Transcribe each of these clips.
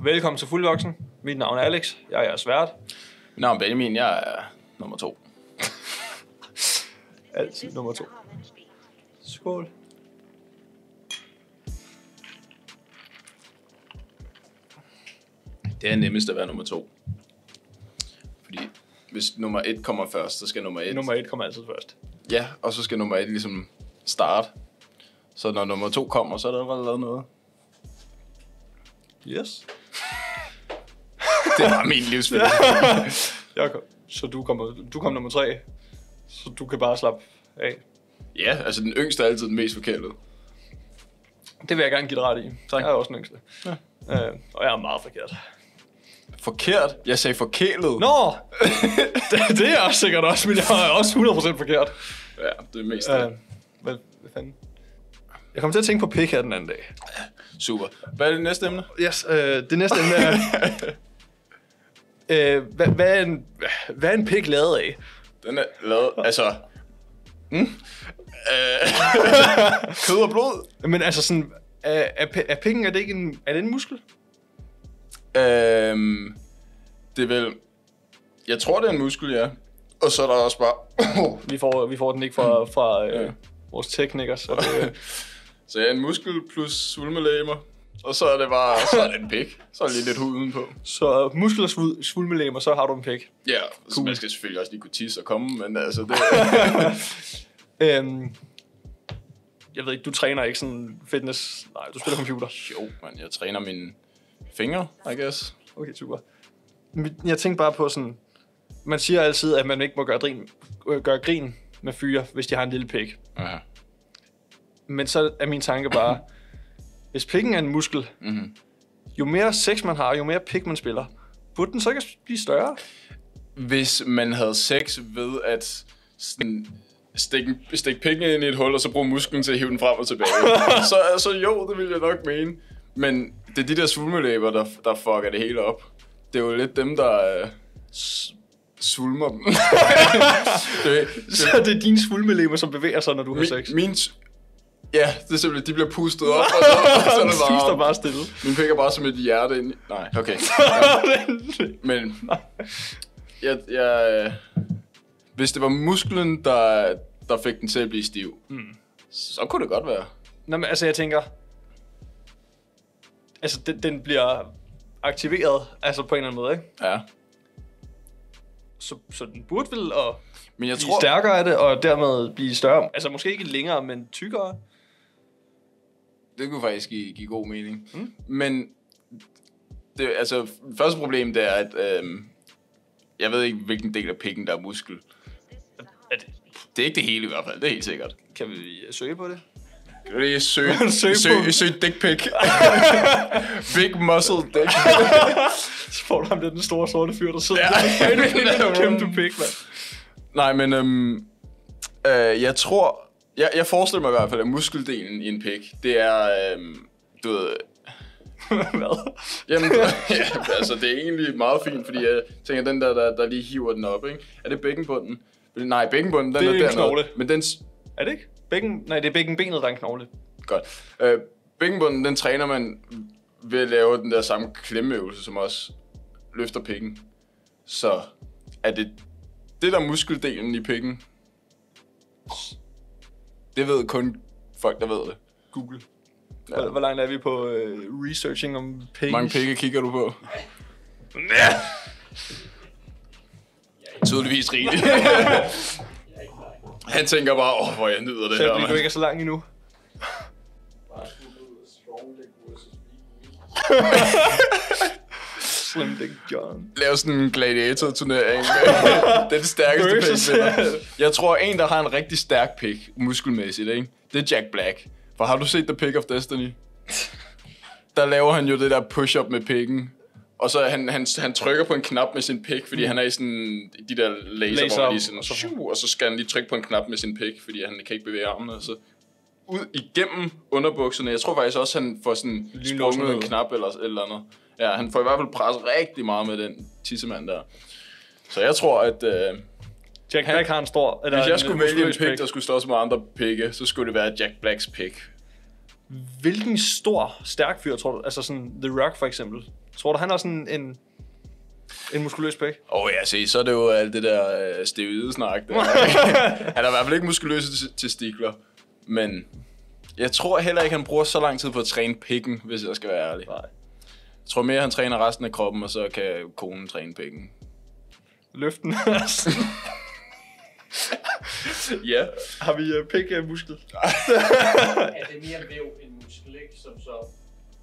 Velkommen til Fuldvoksen. Mit navn er Alex. Jeg er jeres vært. Mit navn er Benjamin, jeg er nummer to. Altid nummer to. Skål. Det er nemmest at være nummer to. Fordi hvis nummer et kommer først, så skal nummer et... Nummer et kommer altid først. Ja, og så skal nummer et ligesom starte. Så når nummer to kommer, så er der allerede lavet noget. Yes. Det var min livsfilosofi. Jakob, så du kommer, du kom nummer tre. Så du kan bare slappe af. ja, altså den yngste er altid den mest forkælede. Det vil jeg gerne give dig ret i. Tak. Jeg er også den yngste. Ja. Øh, og jeg er meget forkert. Forkert? Jeg sagde forkælet. Nå! det, det er også sikkert også, men jeg er også 100% forkert. Ja, det er mest Øh, uh. hvad, hvad fanden? Jeg kom til at tænke på pik her den anden dag. Super. Hvad er det næste emne? Yes, øh, det næste emne er... øh, hvad, hvad, er en, hvad er en pik lavet af? Den er lavet, altså... Mm? Øh, kød og blod? Men altså sådan... Er, er, pi- er pikken, er det ikke en, er det en muskel? Øhm, det er vel... Jeg tror, det er en muskel, ja. Og så er der også bare... Vi får, vi får den ikke fra, fra øh, Ja. vores tekniker, så øh, det, så ja, en muskel plus svulmelæmer. Og så er det bare... Så er det en pik. Så er lige lidt hud udenpå. Så muskel og svul, svulmelæmer, så har du en pik. Ja, cool. så Cool. man skal selvfølgelig også lige kunne tisse og komme, men altså det... Øhm, jeg ved ikke, du træner ikke sådan fitness... Nej, du spiller computer. jo, man, jeg træner mine fingre, I guess. Okay, super. Men Jeg tænkte bare på sådan... Man siger altid, at man ikke må gøre grin, øh, gøre grin med fyre, hvis de har en lille pik. Ja. Men så er min tanke bare, hvis pikken er en muskel, Mhm. jo mere sex man har, jo mere pik man spiller, burde den så ikke blive større? Hvis man havde sex ved at sådan, stikke, en- stikke pikken ind i et hul, og så bruge musklen til at hive den frem og tilbage, så altså, jo, det ville jeg nok mene. Men det er de der svulmelæber, der, der fucker det hele op. Det er jo lidt dem, der øh, s- svulmer dem. det, det, Så det er dine svulmelemmer, som bevæger sig, når du har sex. min, min, s- ja, det er simpelthen, de bliver pustet op, og så, og så er Den det bare, står bare stille. Min pik er bare som et hjerte ind i... Nej, okay. Men jeg, jeg, hvis det var musklen, der, der fik den til at blive stiv, mm. så kunne det godt være. Nå, men altså, jeg tænker... Altså, den, den bliver aktiveret, altså på en eller anden måde, ikke? Ja. Så, så den burde vel at Men jeg blive tror... stærkere af det, og dermed blive større. Altså, måske ikke længere, men tykkere. Det kunne faktisk give, give god mening. Mm. Men det, altså, første problem det er, at øhm, jeg ved ikke, hvilken del af pikken, der er muskel. Er det, Det er ikke det hele i hvert fald, det er helt sikkert. kan vi søge på det? Kan du lige søge, Søg søg, på- søg, søg dick pic. Big muscle dick. Så får du ham der, den store sorte fyr, der sidder ja, Ja. der. Han er en kæmpe Mm. pik, mand. Nej, men øhm, øh, jeg tror... Jeg, jeg forestiller mig i hvert fald, at muskeldelen i en pik, det er... Øhm, du ved... Hvad? Jamen, ja, altså, det er egentlig meget fint, fordi jeg tænker, den der, der, der lige hiver den op, ikke? Er det bækkenbunden? Nej, bækkenbunden, den Det er er, en dernede. knogle. Men den... s- Er det ikke? Bækken, nej, det er bækkenbenet, der er en knogle. Godt. Øh, bækkenbunden, den træner man ved at lave den der samme klemmeøvelse, som også løfter pikken. Så er det det der er muskeldelen i pikken? Det ved kun folk, der ved det. Google. Ja. Hvor, hvor langt er vi på øh, researching om penge? Mange pikke kigger du på? Tydeligvis rigeligt. Han tænker bare, åh, hvor jeg nyder det Selv her, fordi du mand. ikke er så langt endnu. Slim Dick John. Lav sådan en gladiator-turnering. den stærkeste Versus. pik vinder. Jeg tror, en, der har en rigtig stærk pik, muskelmæssigt, ikke? det er Jack Black. For har du set The Pick of Destiny? Der laver han jo det der push-up med pikken. Og så han, han, han trykker på en knap med sin pik, fordi han er i sådan de der Laser, laser, laser hvor man lige sådan, og og så- så, og så skal han lige trykke på en knap med sin pik, fordi han kan ikke bevæge armene. Og så ud igennem underbukserne. Jeg tror faktisk også, han får sådan Lynlåsen sprunget en ned. knap eller et eller andet. Ja, han får i hvert fald presset rigtig meget med den tissemand der. Så jeg tror, at øh, Jack Black har en stor... Eller hvis jeg en øh, skulle vælge en muskuløs pik, der skulle slås med andre pikke, så skulle det være Jack Blacks pik. Hvilken stor, stærk fyr, tror du? Altså sådan The Rock for eksempel. Tror du, han har sådan en, en muskuløs pæk? Åh oh, ja, se, så er det jo alt det der øh, steroidesnak. Der. han er i hvert fald ikke muskuløse t- testikler, men jeg tror heller ikke, han bruger så lang tid på at træne pikken, hvis jeg skal være ærlig. Nej. Jeg tror mere, han træner resten af kroppen, og så kan konen træne pikken. Løften. Ja. har vi øh, pæk øh, muskel? Er det mere væv end muskel, ikke? Som så...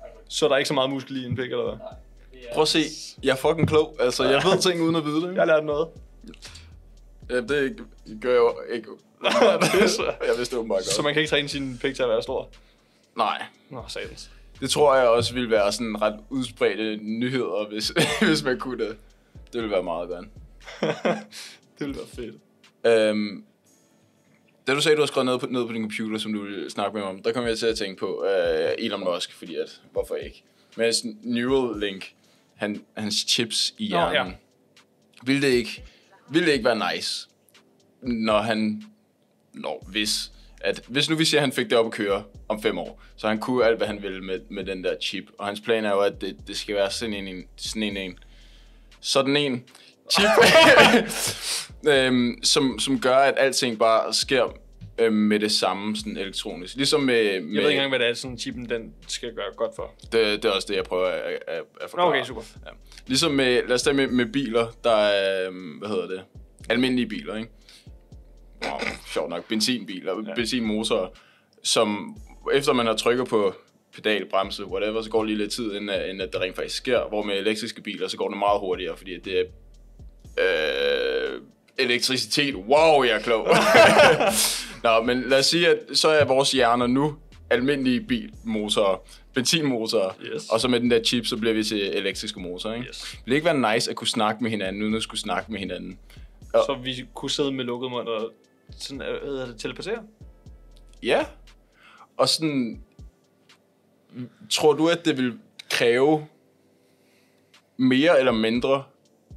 Altså, Så er der ikke så meget muskel i en pæk, eller hvad? nej. Det er, Prøv at se, jeg er fucking klog. Altså, jeg ved ting uden at vide det. Jeg har lært noget. Ja, det gør jeg jo ikke. jeg vidste det åbenbart godt. Så man kan ikke træne sin pæk til at være stor. Nej, Nå, satans. det tror jeg også ville være sådan ret udspredte nyheder, hvis, hvis man kunne det. Det ville være meget godt. det ville være fedt. Øhm, da du sagde, du har skrevet ned på, ned på din computer, som du ville snakke med mig om, der kom jeg til at tænke på øh, Elon Musk, fordi at, hvorfor ikke? Men hans Neuralink, han, hans chips i Nå, ja. hjernen, ja. ville, det ikke, ville det ikke være nice, når han, når hvis, at hvis nu vi siger, at han fik det op at køre om fem år, så han kunne alt, hvad han ville med, med den der chip, og hans plan er jo, at det, det skal være sådan en, en sådan en, en sådan en chip, øhm, som, som gør, at alting bare sker øhm, med det samme sådan elektronisk. Ligesom med... med Jeg ved ikke engang, hvad det er, sådan chippen den skal gøre godt for. det, det er også det, jeg prøver at, at, at Nå, forklare. okay, super. Ja. Ligesom med, lad os tage med, med biler, der er, øhm, hvad hedder det, almindelige biler, ikke? Wow, sjovt nok, benzinbiler, ja. benzinmotorer, som efter man har trykket på pedal, bremse, whatever, så går det lige lidt tid, inden, at- inden at det rent faktisk sker. Hvor med elektriske biler, så går det meget hurtigere, fordi det er øh, elektricitet. Wow, jeg er klog. Nå, men lad os sige, at så er vores hjerner nu almindelige bilmotorer, benzinmotorer, Yes. og så med den der chip, så bliver vi til elektriske motorer, ikke? Yes. Vil det ikke være nice at kunne snakke med hinanden, uden at skulle snakke med hinanden? Så vi kunne sidde med lukket mund og sådan, øh, hvad hedder det, teleportere? Ja. Og sådan... Tror du, at det vil kræve mere eller mindre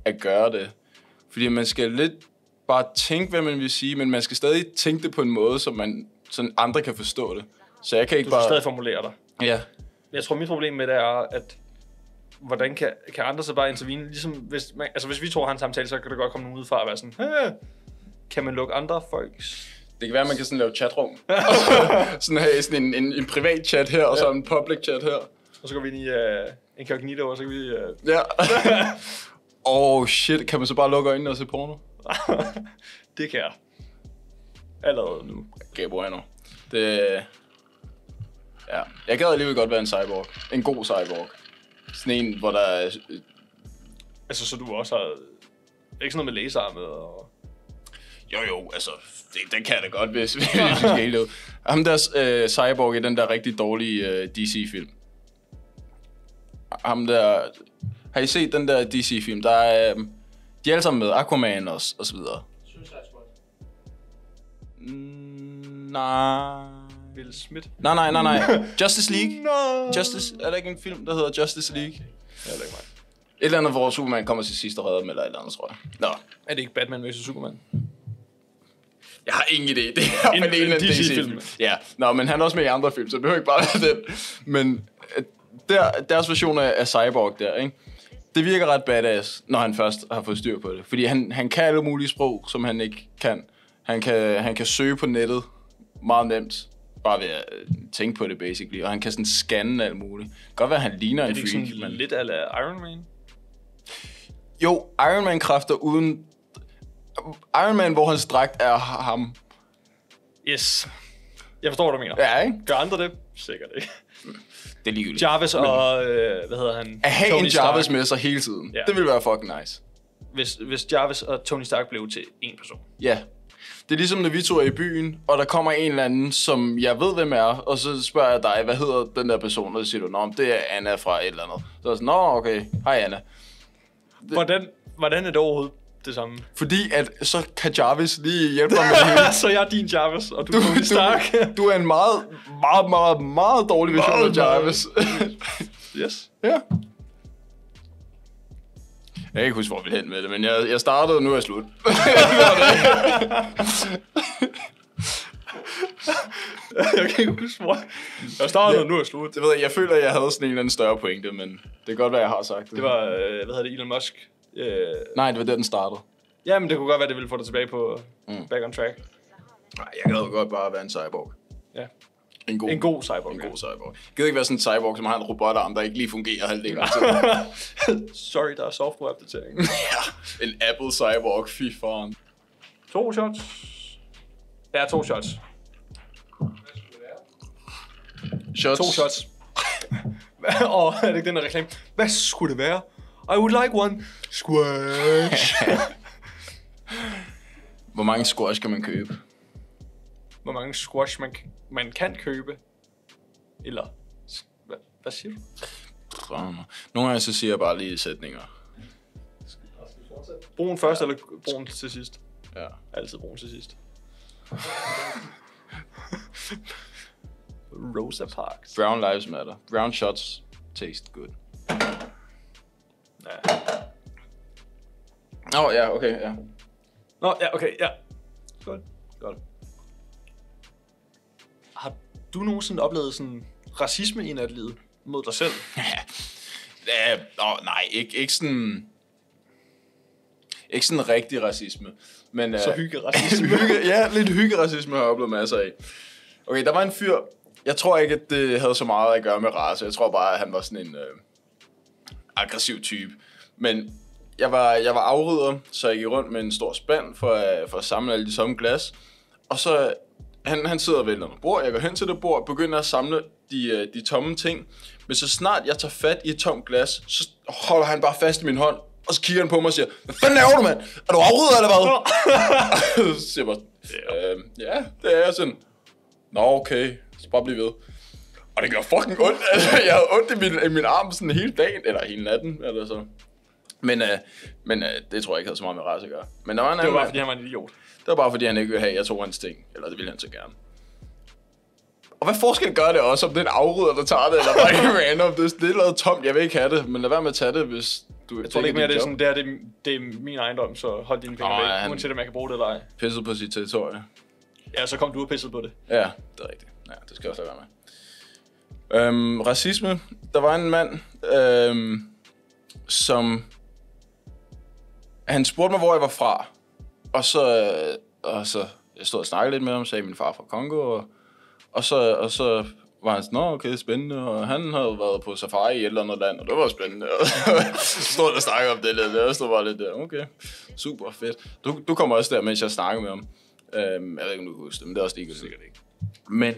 at gøre det? Fordi man skal lidt bare tænke, hvad man vil sige, men man skal stadig tænke det på en måde, så man sådan andre kan forstå det. Så jeg kan ikke Du skal bare... stadig formulere dig. Ja. Jeg tror, mit problem med det er, at hvordan kan, kan andre så bare intervene? Ligesom hvis, man, altså hvis vi to har en samtale, så kan det godt komme nogen udefra og være sådan, "Hæ, kan man lukke andre folks? Det kan være, at man kan sådan lave chatrum. sådan have sådan en, en, en privat chat her, og så en public chat her. Og så går vi ind i uh, incognito, og så kan vi... Uh... Ja. Åh, oh, shit. Kan man så bare lukke øjnene og se porno? det kan jeg. Allerede nu. Gabe Bueno. Det... Ja. Jeg gad alligevel godt være en cyborg. En god cyborg. Sådan en, hvor der er... Altså, så du også har... Ikke sådan noget med laserarmet og... Jo jo, altså, det, den kan jeg da godt, hvis, hvis vi skal helt ud. Ham der øh, cyborg i den der rigtig dårlige øh, DC-film. Ham der... Har I set den der DC-film? Der er... Øh, de er alle sammen med Aquaman og, s- og så videre. Suicide Squad. Mm, nej. Will Smith. Nej, nej, nej, nej. Justice League. No. Justice, er der ikke en film, der hedder Justice League? Ja, det er, ikke mig. Et eller andet, hvor Superman kommer til sidst og redder dem, eller et eller andet, tror jeg. Nå, er det ikke Batman vs. Superman? jeg har ingen idé. Det er En- en, en, en en DC-film. DC-film. Ja, Nå, men han er også med i andre film, så det behøver ikke bare være den. Men øh, der, deres version af, af Cyborg der, ikke? Det virker ret badass, når han først har fået styr på det. Fordi han, han kan alle mulige sprog, som han ikke kan. Han kan, han kan søge på nettet meget nemt. Bare ved at øh, tænke på det, basically. Og han kan sådan scanne alt muligt. Godt være, at han ligner Er en det ikke freak. sådan lidt ala Iron Man? Jo, Iron Man kræfter uden... Iron Man, hvor hans dragt er ham. Yes. Jeg forstår, hvad du mener. Ja. Ja, ikke? Gør andre det? Sikkert ikke. Det er ligegyldigt. Jarvis og, øh, hvad hedder han? at have Tony en Jarvis Stark. med sig hele tiden. Ja. Det ville være fucking nice. Hvis, hvis Jarvis og Tony Stark blev til én person. Ja. Det er ligesom, når vi to er i byen, og der kommer en eller anden, som jeg ved, hvem er, og så spørger jeg dig, hvad hedder den der person, og så siger du, nå, men det er Anna fra et eller andet. Så er jeg sådan, nå, okay, hej Anna. Hvordan, hvordan er det overhovedet det samme? Fordi at, så kan Jarvis lige hjælpe dig med det hele. så jeg er din Jarvis, og du, Du, er Tony Stark. du, du er en meget, meget, meget, meget dårlig version af Meget, meget. Jarvis. yes. Ja. Jeg kan ikke huske, hvor vi hen med det, men jeg, jeg startede, og nu er jeg slut. jeg kan ikke huske, hvor... Jeg startede, nu er jeg slut. Det ved jeg, jeg føler, at jeg havde sådan en eller anden større pointe, men det kan godt være, jeg har sagt det. Det var, øh, hvad hedder det, Elon Musk. Øh, Nej, det var der, den startede. ja, men det kunne godt være, det ville få dig tilbage på Mm. mm. back on track. Nej, jeg gad jo godt bare at være en cyborg. Ja. En god, En god cyborg. en god cyborg. Jeg gider ikke være sådan en cyborg, som har en robotarm, der ikke lige fungerer halvdelen af tiden. Sorry, der er software-opdatering. Ja, en Apple cyborg, fy faren. to shots. Ja, to shots. Hvad skulle det være? Shots. To shots. Og oh, er det ikke den der reklame? Hvad skulle det være? I would like one. Squash. Hvor mange squash kan man købe? Hvor mange squash man, man kan købe. Eller, s- hvad, hvad siger du? Drømmer. Nogle gange så siger jeg bare lige sætninger. Og skal vi fortsætte? Brun først, eller brun til sidst? Ja. Altid brun til sidst. Rosa Parks. Brown lives matter. Brown shots taste good. Ja. Åh, oh, ja, okay, ja. Nå, ja, okay, ja. Skål. Godt. Har du nogensinde oplevet sådan racisme i natlivet mod dig selv? Ja, åh, nej, ikke, ikke sådan... Ikke sådan rigtig racisme. Men, Så øh, hyggeracisme. hygge, ja, lidt hyggeracisme har jeg oplevet masser af. Okay, der var en fyr. Jeg tror ikke, at det havde så meget at gøre med race. Jeg tror bare, at han var sådan en øh, aggressiv type. Men jeg var, jeg var afrydder, så jeg gik rundt med en stor spand for, øh, for at samle alle de samme glas. Og så han, han sidder ved et eller andet bord. Jeg går hen til det bord og begynder at samle de, øh, de tomme ting. Men så snart jeg tager fat i et tomt glas, så holder han bare fast i min hånd. Og så kigger han på mig og siger, hvad fanden laver du, mand? Er du afrydder eller hvad? så siger jeg bare, øh, ja, det er jeg sådan. Nå, okay, så bare bliv ved. Og det gør fucking ondt. Altså, jeg havde ondt i min, i min arm sådan hele dagen, eller hele natten, eller så. Men, øh, men øh, det tror jeg ikke havde så meget med race at gøre. Men der var en Det anden var bare, mand- fordi han var en idiot. det var bare fordi, han ikke ville have, at jeg tog hans ting. Eller det ville han så gerne. Og hvad forskel gør det også, om det er en afrydder, der tager det, eller bare en random? Det er, det er lavet tomt, jeg vil ikke have det, men lad være med at tage det, hvis du Jeg tror det ikke mere, er det er dit sådan, det er, det, er, det er min ejendom, så hold dine penge Nå, væk, ja, han- uanset om jeg kan bruge det eller ej. job. Pisset på sit territorie. Ja, så kom du og pissede på det. Ja, det er rigtigt. Ja, det skal jeg også lade være med. Øhm, racisme. Der var en mand, øhm, som... Han spurgte mig, hvor jeg var fra. Og så... øh, Og så jeg stod og snakkede lidt med ham, sagde min far er fra Kongo. Og, og, så, og så var han sådan, Nå, okay, spændende. Og han havde været på safari i et eller andet land, og det var spændende. Og så stod og snakkede om det lidt, og jeg stod bare lidt der, okay, super fedt. Du, du kommer også der, mens jeg snakker med ham. Øhm, jeg ved ikke, om du kan huske det, men det er også ligegyldigt. Sikkert ikke. Men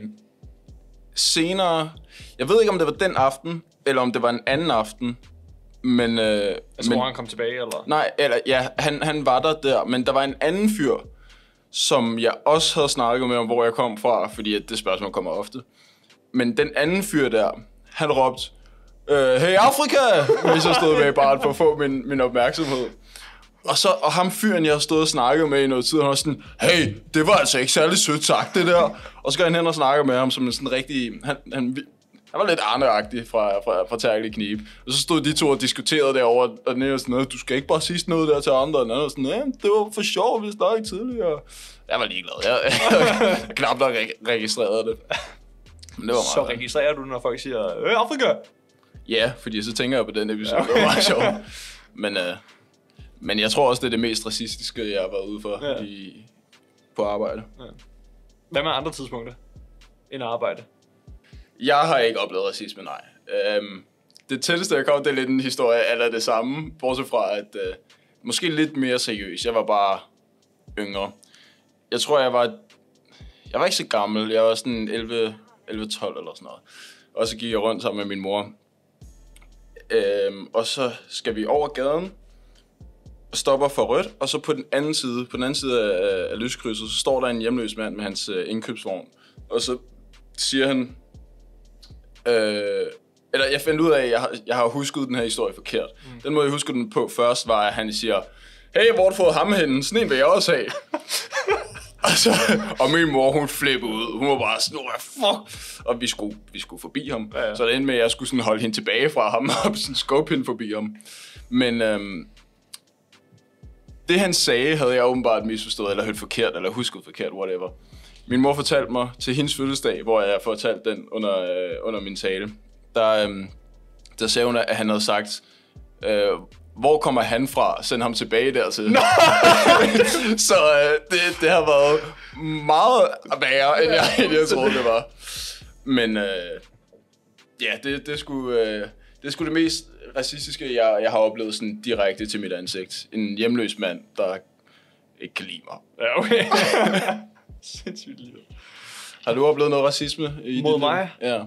senere, jeg ved ikke, om det var den aften, eller om det var en anden aften, men... Øh, Altså, men hvor han kom tilbage, eller? Nej, eller ja, han, han var der der, men der var en anden fyr, som jeg også havde snakket med om, hvor jeg kom fra, fordi at det spørgsmål kommer ofte. Men den anden fyr der, han råbte, øh, hey Afrika, hvis jeg stod med bare for at få min, min opmærksomhed. Og, så, og ham fyren, jeg har stået og snakket med i noget tid, han var sådan, hey, det var altså ikke særlig sødt sagt, det der. Og så går han hen og snakker med ham som en sådan rigtig, han, han, han var lidt arneagtig fra, fra, fra Terkel Knib. Og så stod de to og diskuterede derovre, og den ene var sådan noget, du skal ikke bare sige sådan noget der til andre. Og den anden var sådan, ja, det var for sjov, vi snakkede tidligere. Jeg var ligeglad. Jeg, jeg, jeg knap nok reg- registrerede det. Men det var meget. Så godt. registrerer du, når folk siger, Øh, Afrika! Ja, fordi så tænker jeg på den episode, ja. det var meget sjov. Men, øh, men jeg tror også, det er det mest racistiske, jeg har været ude for Ja. ja. i, på arbejde. Hvad med andre tidspunkter? End arbejde. Jeg har ikke oplevet racisme, nej. Øhm, det tætteste, jeg kom, det er lidt en historie eller det samme, bortset fra, at øh, måske lidt mere seriøs. Jeg var bare yngre. Jeg tror, jeg var... Jeg var ikke så gammel. Jeg var sådan 11-12 eller sådan noget. Og så gik jeg rundt sammen med min mor. Øhm, og så skal vi over gaden, og stopper for rødt, og så på den anden side, på den anden side af, af lyskrydset, så står der en hjemløs mand med hans øh, indkøbsvogn. Og så siger han, Øh, eller jeg fandt ud af, at jeg har, jeg har husket den her historie forkert. Mm. Den måde, jeg husker den på først, var, at han siger, Hey, hvor har du fået ham henne? Sådan en vil jeg også have. og, så, og min mor, hun flippede ud. Hun var bare sådan, "Åh, fuck. Og vi skulle, vi skulle forbi ham. Ja, Ja, ja. ja. Så det endte med, at jeg skulle sådan holde hende tilbage fra ham, og sådan skubbe hende forbi ham. Men øhm, det, han sagde, havde jeg åbenbart misforstået, eller hørt forkert, eller husket forkert, whatever. Min mor fortalte mig til hendes fødselsdag, hvor jeg fortalte den under, øh, under min tale, der, øh, der sagde hun, at han havde sagt, øh, hvor kommer han fra? Send ham tilbage dertil. så øh, det, det har været meget værre, end jeg, end jeg troede, det var. Men øh, ja, det, det, skulle, øh, det er sgu det mest racistiske, jeg, jeg har oplevet sådan direkte til mit ansigt. En hjemløs mand, der ikke kan lide mig. Ja, okay. Sindssygt liv. Har du oplevet noget racisme? I Mod dit liv? mig? Ja.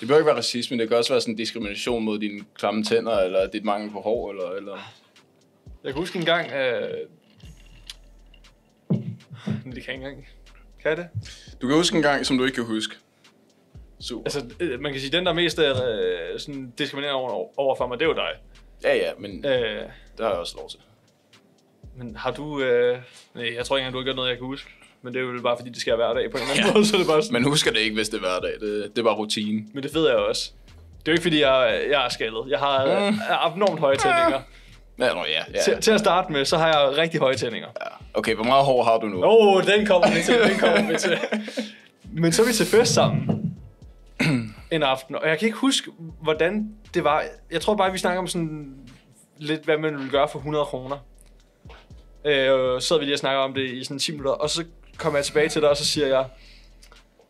Det behøver ikke være racisme, det kan også være sådan diskrimination mod dine klamme tænder, eller dit mangel på hår, eller... eller... Jeg kan huske en gang... Øh... Det kan jeg ikke engang. Kan jeg det? Du kan huske en gang, som du ikke kan huske. Super. Altså, Altså, øh, man kan sige, den der mest er øh, sådan diskriminerende over, over for mig, det er jo dig. ja, ja, men øh. Øh, det har jeg også lov til. men har du... Øh... Nej, jeg tror ikke engang, du har gjort noget, jeg kan huske. Men det er jo bare fordi, det sker hver dag på en eller anden Ja. ja. måde, så er det bare sådan... Man husker det ikke, hvis det er hverdag. Det, det er bare rutine. Men det fede er jo også. Det er jo ikke fordi, jeg, jeg er skaldet. Jeg har øh, Mm. abnormt høje tændinger. Ja, nå, ja, ja. Til, til at starte med, så har jeg rigtig høje tændinger. ja. Okay, hvor meget hår har du nu? Åh, oh, den kommer vi til, den kommer vi til. Men så er vi til fest sammen en aften, og jeg kan ikke huske, hvordan det var. Jeg tror bare, vi snakker om sådan lidt, hvad man ville gøre for 100 kroner. Øh, så sad vi lige og snakkede om det i sådan 10 minutter, og så kommer jeg tilbage til dig, og så siger jeg,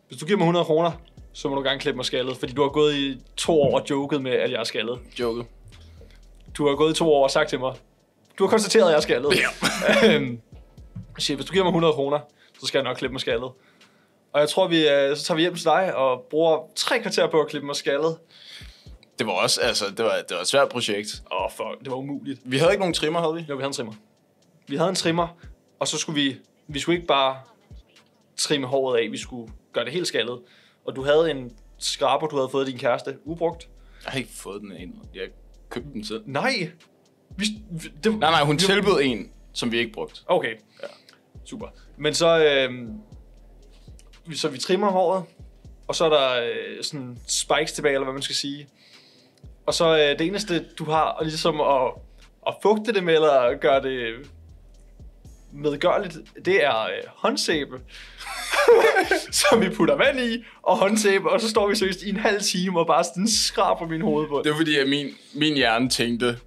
hvis du giver mig 100 kroner, så må du gerne klippe mig skaldet, fordi du har gået i to år og joket med, at jeg er skaldet. Joke. Du har gået i to år og sagt til mig, du har konstateret, at jeg er skaldet. Ja. Øhm, jeg siger, hvis du giver mig 100 kroner, så skal jeg nok klippe mig skaldet. Og jeg tror, vi, øh, så tager vi hjem til dig og bruger tre kvarter på at klippe mig skaldet. Det var også, altså, det var, det var et svært projekt. Åh, oh, fuck, det var umuligt. Vi havde ikke nogen trimmer, havde vi? Jo, vi havde en trimmer. Vi havde en trimmer, og så skulle vi, vi skulle ikke bare trimme håret af, vi skulle gøre det helt skaldet. Og du havde en skraber, du havde fået af din kæreste, ubrugt. Jeg har ikke fået den endnu. Jeg købte den selv. Nej! Vi, vi, det, Nej, nej, hun tilbød en, som vi ikke brugte. Okay. Ja. Super. Men så, øh, vi- så vi trimmer håret, og så er der øh, sådan spikes tilbage, eller hvad man skal sige. Og så øh, det eneste, du har og ligesom at, at fugte det med, eller gøre det medgørligt, det er øh, håndsæbe, som vi putter vand i, og håndsæbe, og så står vi seriøst i en halv time og bare sådan skraber min hovedbund. Det var fordi, at min, min hjerne tænkte,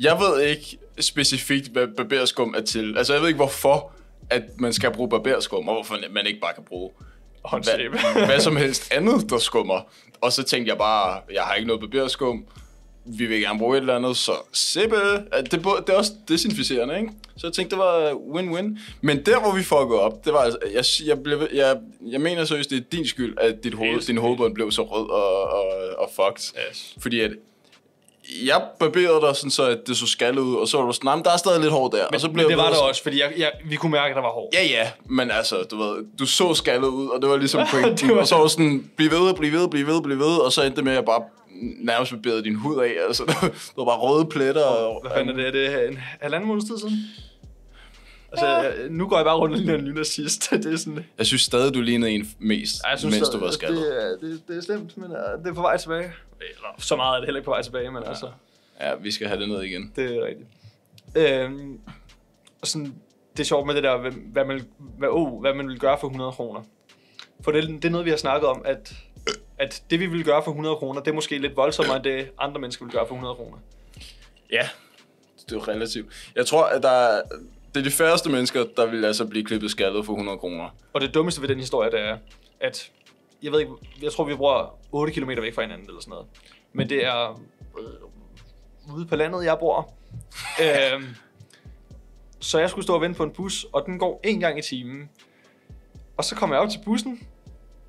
jeg ved ikke specifikt, hvad barberskum er til. Altså, jeg ved ikke, hvorfor at man skal bruge barberskum, og hvorfor man ikke bare kan bruge håndsæbe. hvad, hvad som helst andet, der skummer. Og så tænkte jeg bare, jeg har ikke noget barberskum, vi vil gerne bruge et eller andet, så sippe. At Det, bo- det er også desinficerende, ikke? Så jeg tænkte, det var øh, win-win. Men der, hvor vi fuckede op, det var altså, jeg, si- jeg, blev, jeg, jeg mener seriøst, det er din skyld, at dit hoved, Helt din hovedbund blev så rød og, og, og fucked. Yes. Fordi at jeg barberede dig sådan så, at det så skaldet ud, og så var du sådan, "Nå, men der er stadig lidt hår der. og så Men blev jeg det ved, var og der så- også, fordi jeg, jeg, vi kunne mærke, at der var hår. Ja, ja, men altså, du ved, du så skaldet ud, og det var ligesom pointen. Det var- Og så var det sådan, bliv ved, bliv ved, bliv ved, bliv ved, og så endte det med, at jeg bare nærmest barberede din hud af. Altså, der var bare røde pletter. Og, Hvad fanden er det? Er det øh, en halvanden måneds tid siden? Altså, jeg, nu går jeg bare rundt og ligner en ny nazist. Det er sådan... Jeg synes stadig, du lignede en mest, jeg synes, mens du var skaldet. Det, er- det, det er slemt, men uh, det er på vej tilbage. Eller, så meget er det heller ikke på vej tilbage, men ja. altså, Ja, vi skal have det ned igen. det er rigtigt. Øhm, og sådan, det er sjovt med det der, hvem- hvad man, hvad, oh, hvad man vil gøre for 100 kroner. For det, det er noget, vi har snakket om, at, at det, vi vil gøre for 100 kroner, det er måske lidt voldsommere, end det andre mennesker vil gøre for 100 kroner. Ja. Det er jo relativt. Jeg tror, at der er, det er de færreste mennesker, der vil altså blive klippet skaldet for 100 kroner. Og det dummeste ved den historie, det er, at jeg ved ikke, jeg tror, vi bor 8 km væk fra hinanden eller sådan noget. Men det er øh, ude på landet, jeg bor. øhm, så jeg skulle stå og vente på en bus, og den går en gang i timen. Og så kommer jeg op til bussen,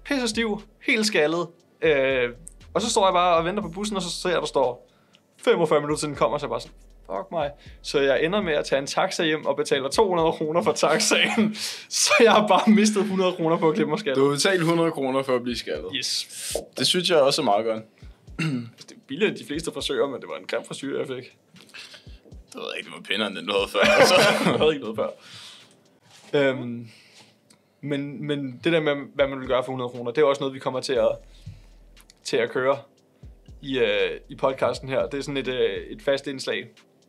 pisse stiv, helt skaldet. Øh, og så står jeg bare og venter på bussen, og så ser jeg, der står 45 minutter til den kommer, så jeg bare sådan, fuck mig. Så jeg ender med at tage en taxa hjem og betaler 200 kroner for taxaen. så jeg har bare mistet 100 kroner på at klippe mig Du skaldet. har betalt 100 kroner for at blive skaldet. Yes. Det synes jeg også er meget godt. Altså, det er billigere end de fleste frisører, men det var en grim frisyr, jeg fik. Det ved jeg ikke, det var pinderen, den du havde før. Altså. Jeg havde ikke noget før. Øhm, men, men det der med, hvad man vil gøre for 100 kroner, det er også noget, vi kommer til at, til at køre i, øh, i podcasten her. Det er sådan et, øh, et fast indslag,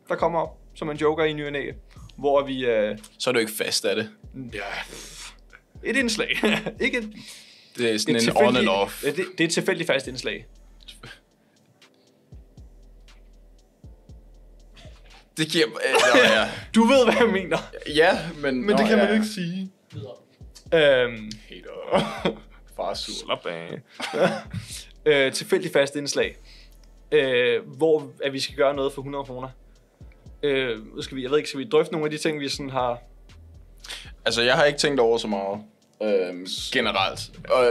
der kommer op som en joker i ny og næ, hvor vi... Øh, så er du ikke fast af det. ja, Et indslag. ikke et, Det er sådan et en tilfældigt- on and off. Ja, Det, det er et tilfældigt fast indslag. Det giver... Øh, ja, Du ved, hvad jeg mener. ja, men... Men det kan man ikke sige. Videre. Øhm, Hater. Far er sur. Slap af. øh, tilfældig fast indslag, øh, hvor at vi skal gøre noget for 100 kroner. Øh, skal vi, jeg ved ikke, skal vi drøfte nogle af de ting, vi sådan har... Altså, jeg har ikke tænkt over så meget. Øhm, generelt.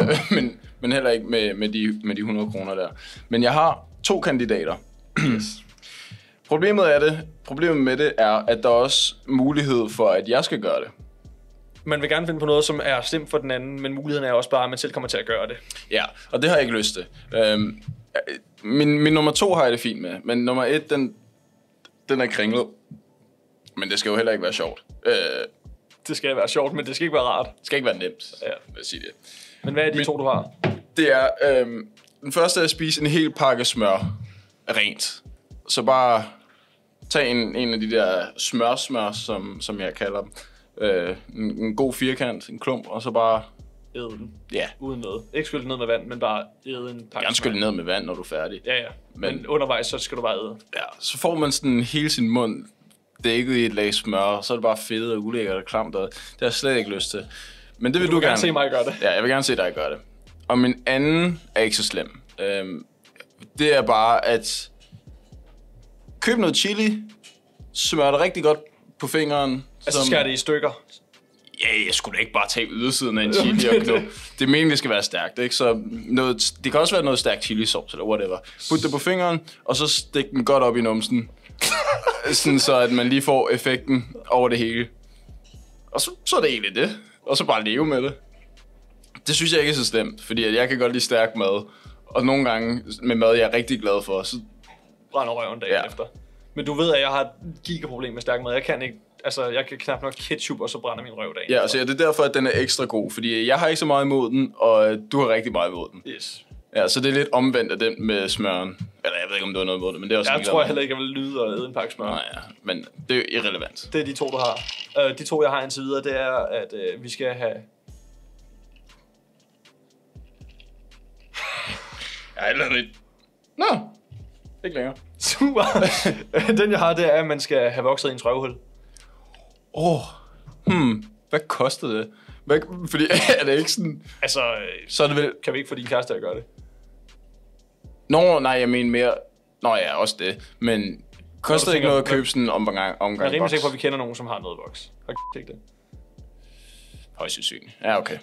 Øh, men, men heller ikke med, med, de, med de 100 kroner der. Men jeg har to kandidater. Yes. Problemet, er det, problemet med det er, at der er også mulighed for, at jeg skal gøre det. Man vil gerne finde på noget, som er slemt for den anden, men muligheden er også bare, at man selv kommer til at gøre det. Ja, og det har jeg ikke lyst til. Øhm, øh, min, min nummer to har jeg det fint med, men nummer et, den, den er kringlet. Men det skal jo heller ikke være sjovt. Øh, det Det skal være sjovt, men det skal ikke være rart. skal ikke være nemt, Ja. ja. vil jeg sige det. Men hvad er de Men- to, du har? Det er, øhm, den første er at spise en hel pakke smør rent. Så bare tag en, en af de der smørsmør, som, som jeg kalder dem. Øh, en, en god firkant, en klump, og så bare, Æde den. ja, Uden noget. Ikke skylle den ned med vand, men bare æde en pakke. gerne skylle ned med vand, når du er færdig. Ja, ja. Men, men Men- undervejs, så skal du bare æde. Ja, så får man sådan hele sin mund dækket i et lag smør, og så er det bare fedt og ulækkert og klamt, og det har jeg slet ikke lyst til. Men det vil du, Du kan gerne. gerne se mig gøre det. Ja, jeg vil gerne se dig gøre det. Og min anden er ikke så slem. Øhm, det er bare at købe noget chili, smør det rigtig godt på fingeren. Altså, som- så skærer det i stykker. Ja, jeg skulle da ikke bare tage ydersiden af en Jamen, chili det er og knuppe. Det er meningen, det skal være stærkt, ikke? Så noget, det kan også være noget stærk chili sauce eller whatever. Put det på fingeren, og så stik den godt op i numsen. Sådan så, at man lige får effekten over det hele. Og så, så er det egentlig det. Og så bare leve med det. Det synes jeg ikke er så slemt, fordi at jeg kan godt lide stærk mad. Og nogle gange med mad, jeg er rigtig glad for, så brænder røven dagen ja. Ja. efter. Men du ved, at jeg har et gigaproblem med stærk mad. Jeg kan ikke, altså jeg kan knap nok ketchup, og så brænder min røv dagen ja, efter. så ja, det er derfor, at den er ekstra god. Fordi jeg har ikke så meget imod den, og øh, du har rigtig meget imod den. Yes. Ja, så det er lidt omvendt af den med smøren. Eller jeg ved ikke, om det var noget mod det, men det er også Jeg ligeglad tror jeg med. heller ikke, jeg vil lyde og æde en pakke smør. Nej, ja. men det er jo irrelevant. Det er de to, du har. Øh, de to, jeg har indtil videre, det er, at øh, vi skal have... Ja, eller det... Nå, ikke længere. Super! Den, jeg har, det er, at man skal have vokset ens røvhul. Åh, oh, hmm, hvad koster det? Hvad, fordi er det ikke sådan... Altså, øh, Så er det vel... kan vi ikke få din kæreste til at gøre det? Nå, nej, jeg mener mere... Nå ja, også det, men... Koster det ikke tænker- noget at købe sådan en omgang, Jeg er omgang rimelig boks? sikker på, at vi kender nogen, som har noget voks. Har ikke det. Højst sandsynligt. Ja, okay.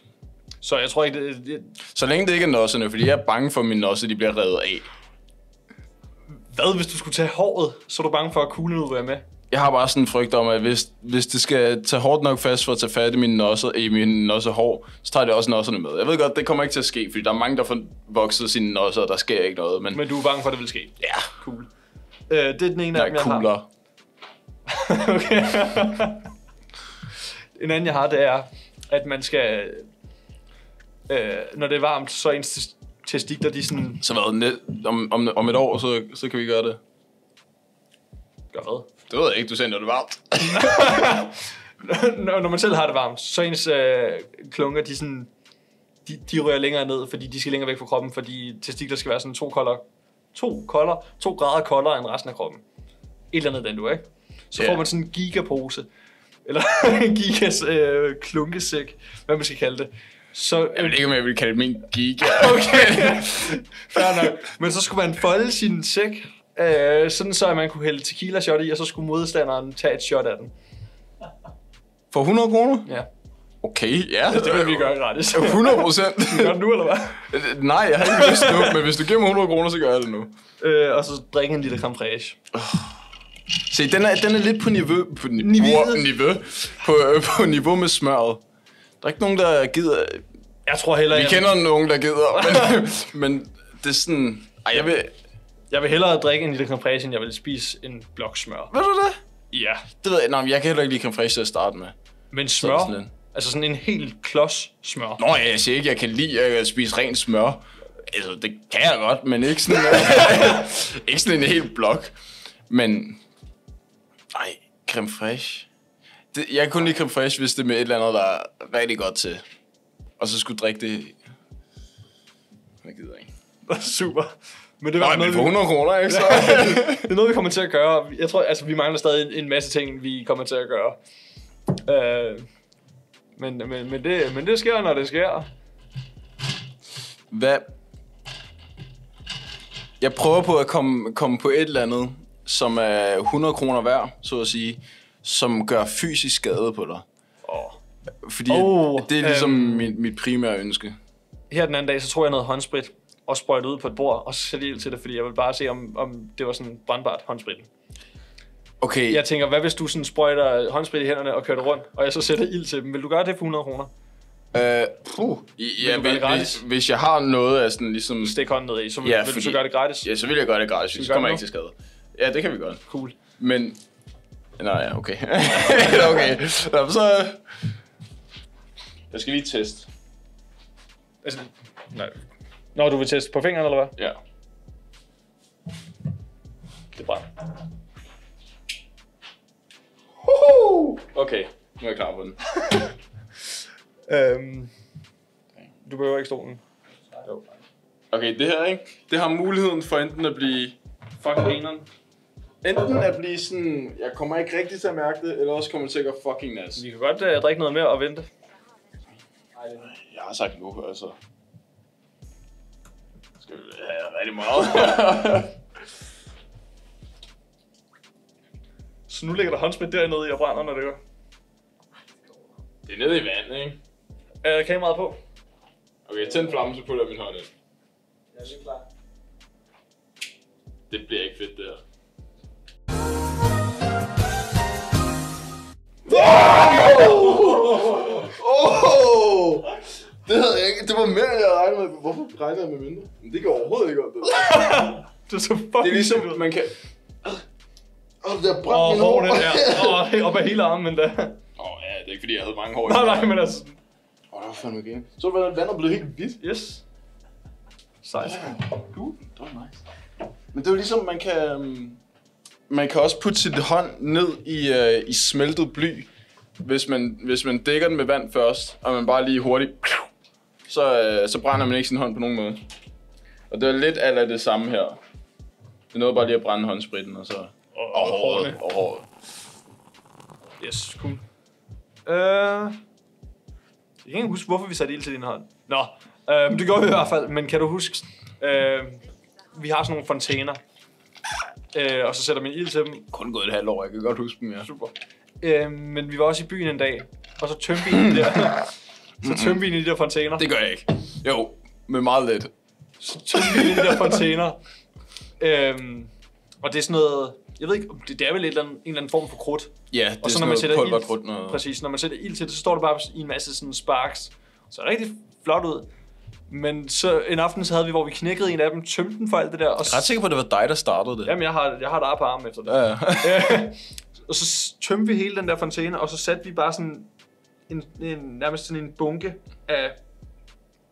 Så jeg tror ikke, det, det, Så længe det ikke er nosserne, fordi jeg er bange for, at mine nosser de bliver revet af. Hvad hvis du skulle tage håret, så er du bange for, at kuglen ud være med? Jeg har bare sådan en frygt om, at hvis, hvis det skal tage hårdt nok fast for at tage fat i mine nosser, i mine nossehår, så tager det også nosserne med. Jeg ved godt, det kommer ikke til at ske, fordi der er mange, der får vokset sine nosser, og der sker ikke noget. Men, Men du er bange for, at det vil ske. ja, Cool. Øh, det er den ene der af dem, jeg har. er kugler. Okay. en anden, jeg har, det er, at man skal... Øh, når det er varmt, så er ens tes- testikler, de er sådan... Så hvad, net, om, om, om et år, så, så kan vi gøre det. Gør hvad? Det ved jeg ikke, du sagde, når det var varmt. når, når man selv har det varmt, så er ens øh, klunker, de er sådan... De, de rører længere ned, fordi de skal længere væk fra kroppen, fordi testikler skal være sådan to kolder, to kolder, to grader koldere end resten af kroppen. Et eller andet den du, ikke? Så Ja. får man sådan en gigapose, eller en gigas øh, klunkesæk, hvad man skal kalde det. Så, øh, Jeg ved ikke, om jeg ville kalde det min geek. Okay, fair nok. Men så skulle man folde sin sæk, øh, sådan så at man kunne hælde tequila shot i, og så skulle modstanderen tage et shot af den. For 100 kroner? Ja, Okay, ja. det vil vi gøre gratis. 100 procent. Gør det nu, eller hvad? Nej, jeg har ikke lyst nu, men hvis du giver mig 100 kroner, så gør jeg det nu. Øh, og så drikke en liter creme fraiche. Se, den er, den er lidt på niveau, på ni- Niveau. niveau. niveau på, øh, på niveau med smøret. Der er ikke nogen, der gider... Jeg tror heller, Vi jeg, kender nogen, der gider, men, men det er sådan... Ej, jeg vil... jeg vil hellere drikke en liter creme fraiche, end jeg vil spise en blok smør. Ved du det? Ja, Det ved jeg, nej, men jeg kan heller ikke lide creme fraiche til at starte med. men er smør, det sådan sådan lidt. altså sådan en helt klods smør. Nå ja, jeg siger ikke, jeg kan lide at spise rent smør. Altså, det kan jeg godt, men ikke sådan, øh, ikke sådan en hel blok. Men... Ej, creme fraiche... Det, jeg kan kun lide creme fraiche, hvis det er med et eller andet, der er rigtig godt til. Og så skulle drikke det... Jeg gider ikke. Super. Men det Nå, var men noget, vi, for 100 kroner, ikke så? det er noget, vi kommer til at gøre. Jeg tror, altså, vi mangler stadig en- en masse ting, vi kommer til at gøre. Øh, men, men, men, det, men det sker, når det sker. Hvad? Jeg prøver på at komme, komme på et eller andet, som er 100 kroner værd, så at sige, som gør fysisk skade på dig. Oh. Fordi Oh, oh, det er ligesom øhm. øhm. mit, mit primære ønske. Her den anden dag, så tog jeg noget håndsprit og sprøjtede ud på et bord, og så satte jeg ild til det, fordi jeg ville bare se, om, om det var sådan brandbart håndsprit. Okay, Jeg tænker, hvad hvis du sådan sprøjter håndsprit i hænderne og kører det rundt, og jeg så sætter ild til dem? Vil du gøre det for 100 kroner? øh, puh, ja, du gøre det hvis, gratis? hvis, hvis jeg har noget af sådan ligesom... Stik hånden ned i, så vil, Ja, ja, vil du så fordi- gøre det gratis? Ja, så vil jeg gøre det gratis, hvis vi jeg kommer gøre jeg ikke det til skade. Ja, det kan vi godt. Cool. Men... Nå ja, okay. okay. Nå, så... Jeg skal lige teste. Altså, nej. Når du vil teste på fingeren, eller hvad? Ja. Det er brændt. Okay, nu er jeg klar på den. Øhm, du behøver ikke stolen. Okay, det her, ikke? Det har muligheden for enten at blive... Fuck grineren. Enten at blive sådan... Jeg kommer ikke rigtig til at mærke det, eller også kommer det til at gøre fucking nas. Vi kan godt uh, drikke noget mere og vente. Jeg har sagt nu, altså. Skal vi have rigtig meget? Så nu ligger der håndsprit dernede i og brænder, når det gør. det er nede i vand, ikke? Er kameraet på? Okay, tænd flammen, så putter jeg min hånd ind. Ja, det er klart. Det bliver ikke fedt, det her. Oh! Oh! Det havde jeg ikke. Det var mere, end jeg havde regnet med. Hvorfor regnede jeg med mindre? Men det går overhovedet ikke om det. Det er så fucking Det er ligesom, man kan... Åh, det har brændt Åh, min hvor hår. den der. Åh, helt op ad hele armen da. Åh, oh, ja, det er ikke fordi, jeg havde mange hår. nej, nej, men altså... Åh, oh, det var fandme igen. Så var det vandet blevet helt hvidt. Yes. Sejt. Du, det var nice. Men det er jo ligesom, man kan... øhm, Man kan også putte sit hånd ned i, øh, i smeltet bly, hvis man, hvis man dækker den med vand først, og man bare lige hurtigt... Så, øh, så brænder man ikke sin hånd på nogen måde. Og det er lidt af det samme her. Det er noget bare lige at brænde håndspritten, og så... Og, Og håret. Og håret. Yes, cool. Øh... Jeg kan ikke huske, hvorfor vi satte ild til din hånd. Nå, øh, det gjorde vi i hvert fald, men kan du huske... Øh, vi har sådan nogle fontæner. Øh, og så sætter man ild til dem. Kun gået et halvt år, jeg kan godt huske dem, ja. Super. Øh, men vi var også i byen en dag, og så tømte vi en der. Så tømte vi en i de der fontæner. Det gør jeg ikke. Jo, men meget lidt. Så tømte vi en i de der fontæner. Øhm, og det er sådan noget... Jeg ved ikke, om det det er vel et eller andet, en eller anden form for krudt. Ja, det er Og så sådan når man noget sætter pulverkrudt. ild, Noget. præcis, når man sætter ild til det, så står det bare i en masse sådan sparks. Så er det rigtig flot ud. Men så en aften så havde vi, hvor vi knækkede en af dem, tømte den for alt det der. Og Jeg er ret sikker på, at det var dig, der startede det. Jamen, jeg har, jeg har et ar på armen efter det. Ja, ja. Øh, og så s- tømte vi hele den der fontæne, og så satte vi bare sådan en, en nærmest sådan en bunke af,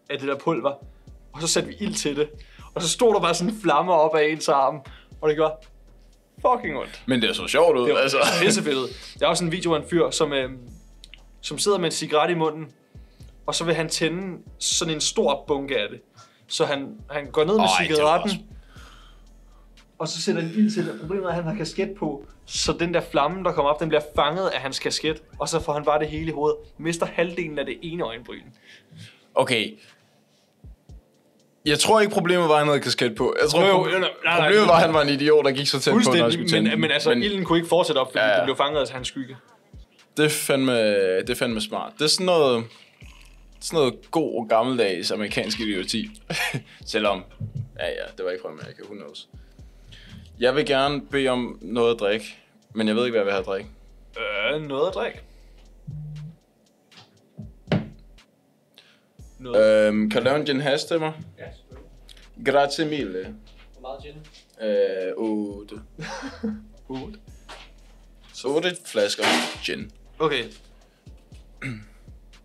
af det der pulver. Og så satte vi ild til det. Og så stod der bare sådan flammer op af ens arm, og det gjorde fucking ondt. Men det er så sjovt ud, Det var altså. altså. pissefedt. Der er også en video af en fyr, som, øh, som sidder med en cigaret i munden, og så vil han tænde sådan en stor bunke af det. Så han, han går ned med Ej, det er cigaretten, også- og så sætter han ild til det. Problemet er, at han har kasket på, så den der flamme, der kommer op, den bliver fanget af hans kasket, og så får han bare det hele i hovedet. Mister halvdelen af det ene øjenbryn. Okay. Jeg tror ikke, problemet var, at han havde kasket på. Jeg tror, Jo, jo, proble- nej, nej, nej. problemet var, at han var en idiot, der gik så tæt på, når han skulle Fuldstændig, tænde. den. men, men altså, men... ilden kunne ikke fortsætte op, fordi ja, Ja, ja. ja. den blev fanget af hans skygge. det, er fandme, det er fandme smart. Det er sådan noget, sådan noget god gammeldags amerikansk idioti. Selvom, ja ja, det var ikke fra Amerika, who knows. Jeg vil gerne bede om noget at drikke, men jeg ved ikke, hvad jeg vil have at drikke. Øh, noget at drikke. Noget Øhm, kan du lave en gin has til mig? Ja, selvfølgelig. Grazie mille. Hvor meget gin? Øh, 8. Uhuh. Ud. 8 flasker gin. Okay.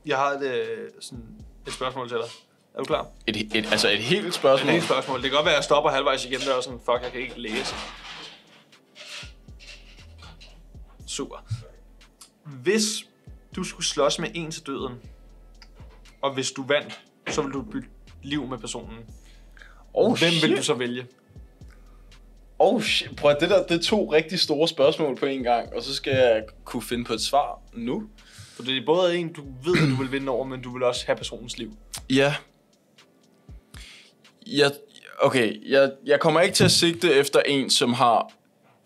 Jeg har et, øh, sådan et spørgsmål til dig. Er du klar? Et, et, altså et helt Det spørgsmål. er et spørgsmål. Det kan godt være, at jeg stopper halvvejs igen, der og sådan, fuck, jeg kan ikke læse. Super. Hvis du skulle slås med en til døden, og hvis du vandt, så vil du bytte liv med personen. Oh, Hvem shit. vil du så vælge? Oh shit, prøv at, det der, det er to rigtig store spørgsmål på en gang, og så skal jeg kunne finde på et svar nu. For det er både en, du ved, at du vil vinde over, men du vil også have personens liv. Ja. Jeg, okay, jeg, jeg kommer ikke til at sigte efter en, som har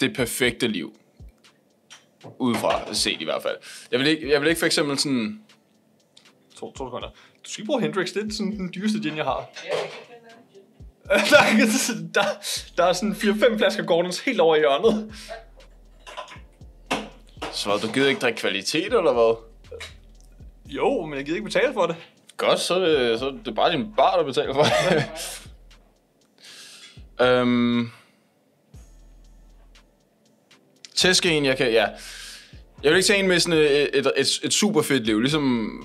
det perfekte liv. Udefra set i hvert fald. Jeg vil ikke, jeg vil ikke for eksempel sådan... To, to sekunder. Du skal ikke bruge Hendrix, det er sådan den dyreste gin, jeg har. Ja, jeg kan finde en gin. der, der, der er sådan 4-5 flasker Gordons helt over i hjørnet. Så hvad, du gider ikke drikke kvalitet, eller hvad? Jo, men jeg gider ikke betale for det. Godt, så er det, så er det bare din bar, der betaler for det. øhm, Tæske en, jeg kan, ja. Jeg vil ikke tage en med sådan øh, et, et, et, et super fedt liv, ligesom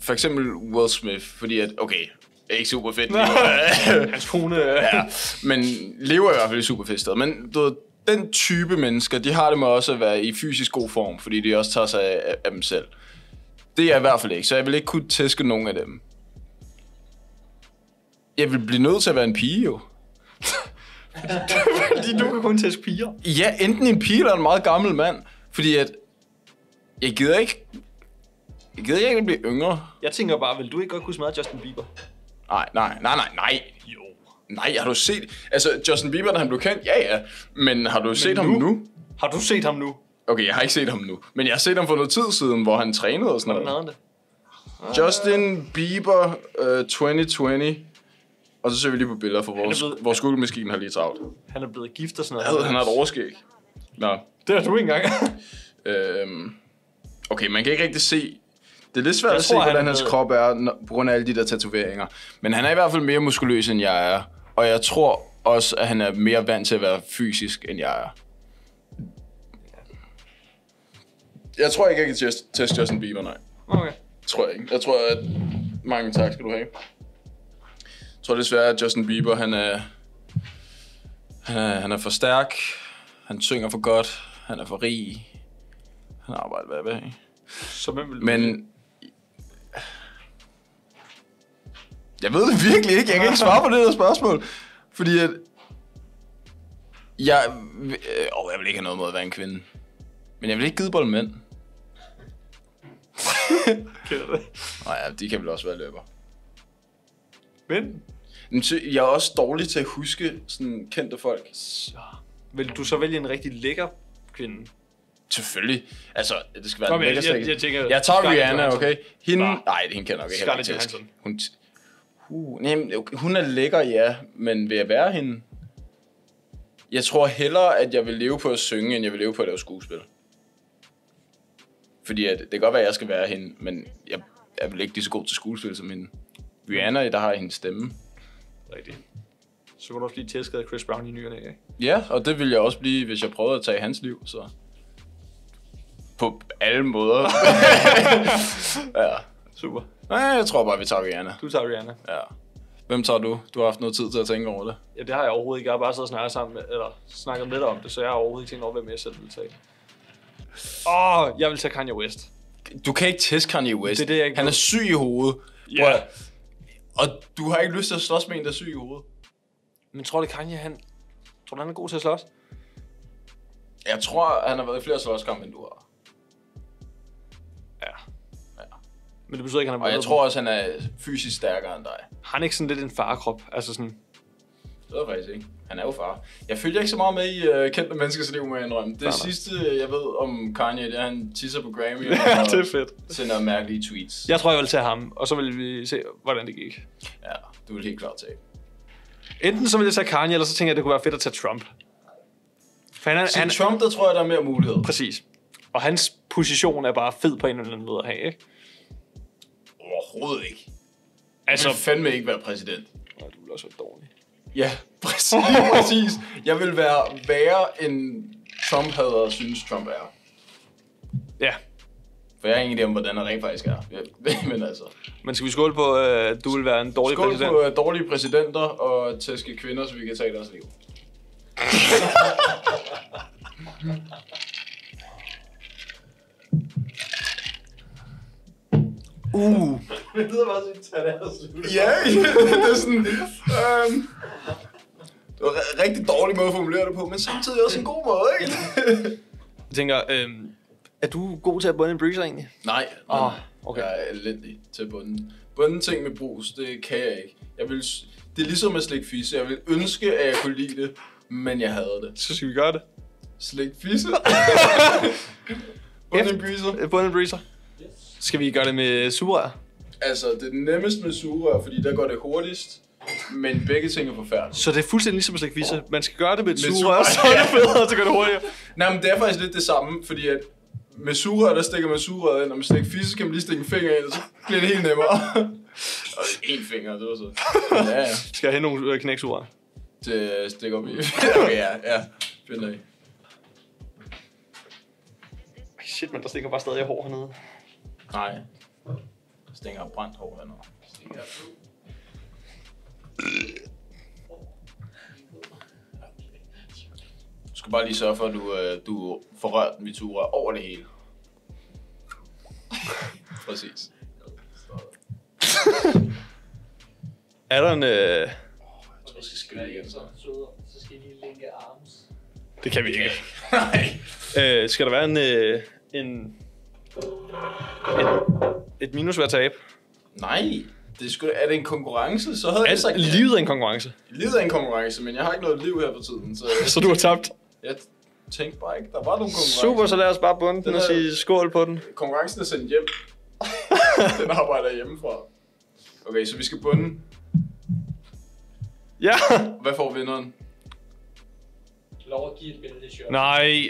for eksempel Will Smith, fordi at, okay, ikke super fedt liv, Hans kone... ja, men lever i hvert fald i super fedt sted. Men du ved, den type mennesker, de har det med også at være i fysisk god form, fordi de også tager sig af, af dem selv. Det er jeg i hvert fald ikke, så jeg vil ikke kunne tæske nogen af dem. Jeg vil blive nødt til at være en pige, jo. Fordi du kan kun tæske piger. Ja, enten en pige eller en meget gammel mand, fordi at... Jeg gider ikke... Jeg gider ikke at blive yngre. Jeg tænker bare, vil du ikke godt kunne smadre Justin Bieber? Nej, nej, nej, nej, nej. Jo. Nej, har du set... Altså, Justin Bieber, da han blev kendt, ja, ja. Men har du Men set ham nu? nu? Har du set ham nu? Okay, jeg har ikke set ham nu, men jeg har set ham for noget tid siden, hvor han trænede og sådan Hvordan havde noget. han det? Justin Bieber uh, 2020. Og så ser vi lige på billeder, for vores, blevet- vores Google-maskinen har lige travlt. Han er blevet gift og sådan Ad, noget. han har et overskæg. Nå. Det har du ikke engang. Øhm, okay, man kan ikke rigtig se... Det er lidt svært Jeg at se, tror, han hvordan er hans blevet- krop er, når, på grund af alle de der tatoveringer. Men han er i hvert fald mere muskuløs, end jeg er. Og jeg tror også, at han er mere vant til at være fysisk, end jeg er. Jeg tror ikke, jeg kan test- teste Justin Bieber, nej. okay. Tror jeg ikke. Jeg tror, at... Mange tak skal du have. Jeg tror desværre, at Justin Bieber, han er... Han er, han er for stærk. Han synger for godt. Han er for rig. Han arbejder hver dag. Så hvem vil du Men... Jeg ved det virkelig ikke. Jeg kan ikke svare på det der spørgsmål. Fordi at... Jeg... Øh, åh, jeg vil ikke have noget mod at være en kvinde. Men jeg vil ikke gide bolde mænd. kender det? Nej, ja, de kan vel også være løber. Men Men så- Jeg er også dårlig til at huske sådan kendte folk. så vil du så vælge en rigtig lækker kvinde? Selvfølgelig. Altså, det skal være Nå, den men jeg- lækkerste, jeg- jeg tænker- jeg tager Scarlett Rihanna, Johansson. okay? Hende... Bare- Nej, det hende kender jeg nok ikke. Scarlett heller ikke til. Johansson. Hun, t- uh, nej, men, okay, hun er lækker, ja. Men vil jeg være hende? Jeg tror hellere, at jeg vil leve på at synge, end jeg vil leve på at lave skuespil. Fordi at, det kan godt være, at jeg skal være hende, men jeg, jeg vil ikke lige så god til skuespil som hende. Rihanna, der har hendes stemme. Rigtig. Så kunne du også blive tæsket af Chris Brown i nyerne, ikke? Ja, og det ville jeg også blive, hvis jeg prøvede at tage hans liv, så... På alle måder. ja. Super. Nej, jeg tror bare, vi tager Rihanna. Du tager Rihanna. Ja. Hvem tager du? Du har haft noget tid til at tænke over det. Ja, det har jeg overhovedet ikke. Jeg har bare siddet og snakket, sammen med, eller snakket med dig om det, så jeg har overhovedet ikke tænkt over, hvem jeg selv vil tage. Åh, oh, jeg vil tage Kanye West. Du kan ikke tæske Kanye West. Det er det, jeg ikke Han er ved. syg i hovedet. Ja. Prøv at- Og du har ikke lyst til at slås med en, der er syg i hovedet. Men tror du, Kanye, han... Tror du, han er god til at slås? Jeg tror, han har været i flere slåskampe, end du har. Ja. Men det betyder ikke, at han er Og jeg bedre. tror også, han er fysisk stærkere end dig. Han er ikke sådan lidt en farekrop. Altså sådan... Det ved jeg faktisk ikke. Han er jo far. Jeg følger ikke så meget med i uh, kendte menneskers liv, må jeg indrømme. Det nej. sidste, jeg ved om Kanye, det er, at han tisser på Grammy Ja, og det er fedt. sender mærkelige tweets. Jeg tror, jeg vil tage ham, og så vil vi se, hvordan det gik. ja du vil helt klart tage. Enten så vil jeg tage Kanye, eller så tænker jeg, det kunne være fedt at tage Trump. For han er, Han han, Trump, der tror jeg, der er mere mulighed. præcis. Og hans position er bare fed på en eller anden måde at have, ikke? Overhovedet ikke. Altså, Altså, jeg vil fandme ikke være præsident. Nå, du vil også være dårlig. Ja, præcis. præcis. Jeg vil være værre, end Trump hader og synes, Trump er. Ja, For jeg er ingen idé om, hvordan han rent faktisk er. Ja, Men altså. men skal vi skåle på, øh, du vil være en dårlig Skål præsident? på øh, dårlige præsidenter og tæske kvinder, så vi kan tage deres liv. Uh, Det lyder bare sådan, tag det og slut. Ja, det er sådan... Øhm, det var en rigtig dårlig måde at formulere det på, men samtidig også en god måde, ikke? Jeg tænker, øhm, er du god til at bunde en breezer egentlig? Nej, nej, Åh, nej. okay. jeg er elendig til at bunde. Bunde ting med brus, det kan jeg ikke. Jeg vil, s- det er ligesom at slikke fisse. Jeg vil ønske, at jeg kunne lide det, men jeg havde det. Så skal vi gøre det. Slik fisse? bunde en breezer? Øh, Bunde en breezer. Yes. Skal vi gøre det med sugerør? Altså, det er nemmest med sugerør, fordi der går det hurtigst. Men begge ting er forfærdelige. Så det er fuldstændig ligesom at slikke fisse. Man skal gøre det med et Med sugerør, så er det bedre, så går det hurtigere. Nej, men det er faktisk lidt det samme, fordi at med sugerør, der stikker man sugerøret ind, og med slik fisse kan man lige stikke en finger ind, og så bliver det helt nemmere. og en finger, det var så. Ja, ja. Skal jeg have nogle øh, knæksugerør? Det øh, stikker op i. okay, ja, ja. Finder I. Ej, Shit, men der stikker bare stadig hår hernede. Nej. Det stinker af brændt hår hernede. Stikker du? Du skal bare lige sørge for, at du, øh, du får rørt mitura over det hele. Præcis. Er der en... Øh... Og hvis I skal være igen, igen, så. så sødere, så skal I lige linke arms. Det kan vi ikke. Nej. Øh, skal der være en... Øh, en et, et minus ved at tabe. Nej. Det er, sgu, da- er det en konkurrence? Så havde jeg Alt, sagt, ja. Altså, livet er en konkurrence. livet er en konkurrence, men jeg har ikke noget liv her på tiden, så Så du har tabt. jeg tænkte bare ikke, der var nogen konkurrence. Super, så lad os bare bunde den Den og er- sige skål på den. Konkurrencen er sendt hjem. Den arbejder jeg hjemmefra. Okay, så vi skal bunde. Ja! Hvad får vinderen? Lov at give et billede shot. Nej,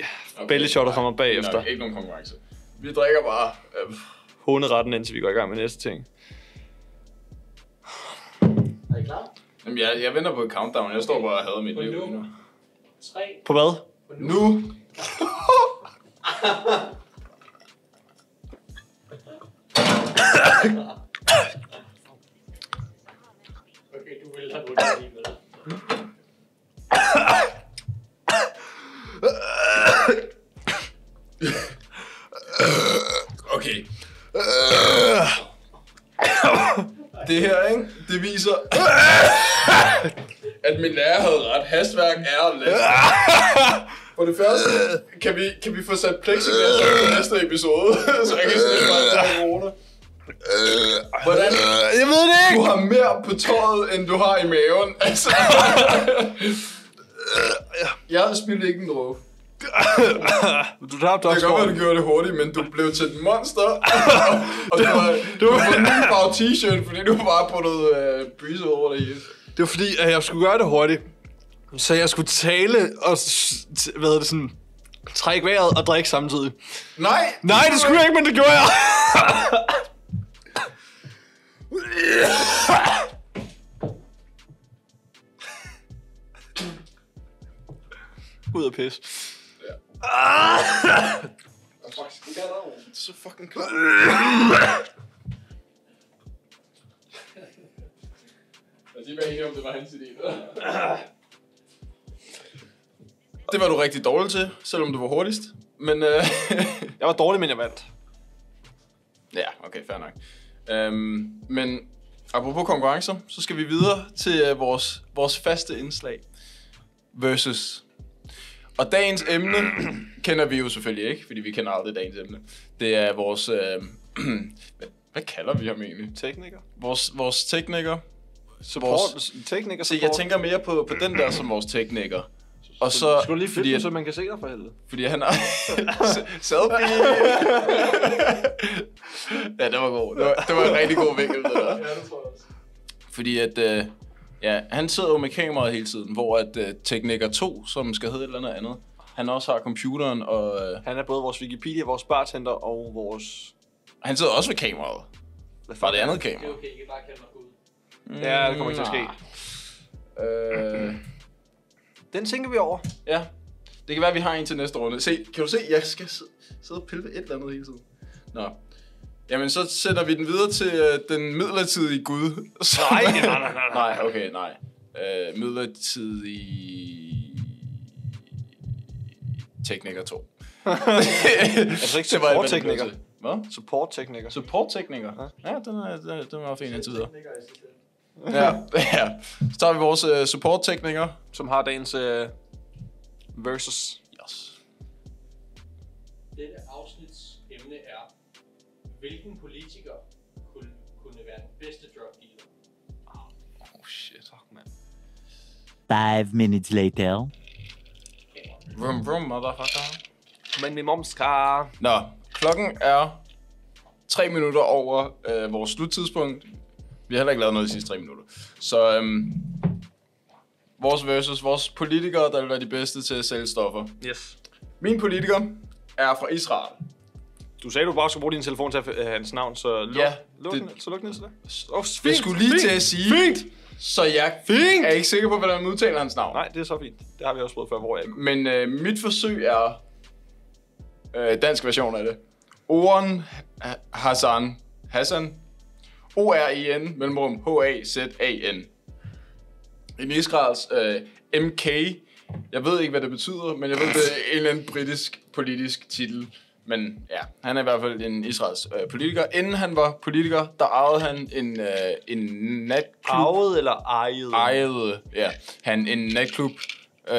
Belly shotter kommer bagefter. Nok, ikke nogen konkurrence. Vi drikker bare. Øh, håneretten, indtil vi går i gang med næste ting. Er I klar? jamen, jeg, jeg venter på et countdown. Jeg står bare og hader mit Og liv nu. lige nu. 3, På hvad? Nu! Okay, du vil have noget lige med dig. Okay. Det her, ikke? Det viser, at min lærer havde ret. Hastværk er last. For det første, kan vi, kan vi få sat plexiglas op i næste episode, så jeg kan slippe mig til corona. Hvordan? Jeg ved det Du har mere på tøjet, end du har i maven. Altså. Jeg spildte ikke en dråbe. du tabte også Det kan godt være, skål. du gjorde det hurtigt, men du blev til et monster. og du har, du har fået en ny farve t-shirt, fordi du har bare puttet øh, byse over det hele. Det var fordi, at jeg skulle gøre det hurtigt. Så jeg skulle tale og, s- t- hvad hedder det sådan, trække vejret og drikke samtidig. Nej! Nej, det skulle jeg ikke, men det gjorde jeg. Ud af pis. Det er så fucking klart. Lad os lige være enige om, det var hans idé. Det var du rigtig dårlig til, selvom du var hurtigst. Men øh, Jeg var dårlig, men jeg vandt. Ja, okay, fair nok. Øhm, men apropos konkurrencer, så skal vi videre til øh, vores, vores faste indslag. Versus. Og dagens emne kender vi jo selvfølgelig ikke, fordi vi kender aldrig dagens emne. Det er vores... Øh, hvad, hvad kalder vi ham egentlig? Tekniker. Vores, vores tekniker. Support. Vores, Tekniker se, support. jeg tænker mere på, på den der som vores tekniker. Og så, Skal du lige fordi, flytte, at- så man kan se dig for helvede? fordi han har... Selfie! ja, det var god. Det var, det var en rigtig god vinkel, det der. Ja, det tror jeg også. Fordi at, øh, ja, han sidder jo med kameraet hele tiden, hvor at øh, Tekniker 2, som skal hedde et eller andet andet, han også har computeren, og øh, Han er både vores Wikipedia, vores bartender og vores... han sidder også ved kameraet. Hvad fuck Fra det er andet Det er kamera. okay, I kan bare kalde mig Gud. Ja, det kommer ikke til at ske. Øh, Mm. Den tænker vi over. ja, det kan være, vi har en til næste runde. Se, kan du se, jeg skal sidde- sidde og pille ved et eller andet hele tiden. Nå. Jamen, så sender vi den videre til øh, den midlertidige Gud. Så... Nej, nej, nej, nej, nej. nej, okay, nej. Øh, midlertidig... Tekniker 2. Er det ikke Det var jeg Altså ventet supporttekniker? på Hvad? Support-tekniker. Supporttekniker? Ja, den er, den er, den er meget fin indtil videre. Tekniker i sig selv. Ja, ja. Så tager vi vores uh, supporttekniker. som har dagens øh, versus. Yes. Dette afsnits emne er, hvilken politiker kunne, kunne være den bedste drug dealer? Oh shit. Fuck, mand. Five minutes later. Vroom, vroom, motherfucker. Men min moms kar. Nå, klokken er 3 minutter over øh, vores sluttidspunkt. Vi har heller ikke lavet noget de sidste 3 minutter. Så øhm, vores versus, vores politikere, der vil være de bedste til at sælge stoffer. Yes. Min politiker er fra Israel. Du sagde, du bare skulle bruge din telefon til at, øh, hans navn, så luk, Ja, luk, det- den, så luk den til det. Oh, fint, Jeg skulle lige fint, til at sige, Fint! så jeg Fint! er ikke sikker på, hvordan man udtaler hans navn. Nej, det er så fint. Det har vi også prøvet før, hvor jeg ikke... Men øh, mit forsøg er øh, dansk version af det. Oren Ha- Hassan. Hassan. O-R-E-N, mellemrum H-A-Z-A-N. En Israels øh, MK. Jeg ved ikke, hvad det betyder, men jeg ved, det er en eller anden britisk politisk titel. Men ja, han er i hvert fald en Israels øh, politiker. Inden han var politiker, der arvede han en, øh, en natklub Arvet eller ejet? ejede ja, han en natklub, øh,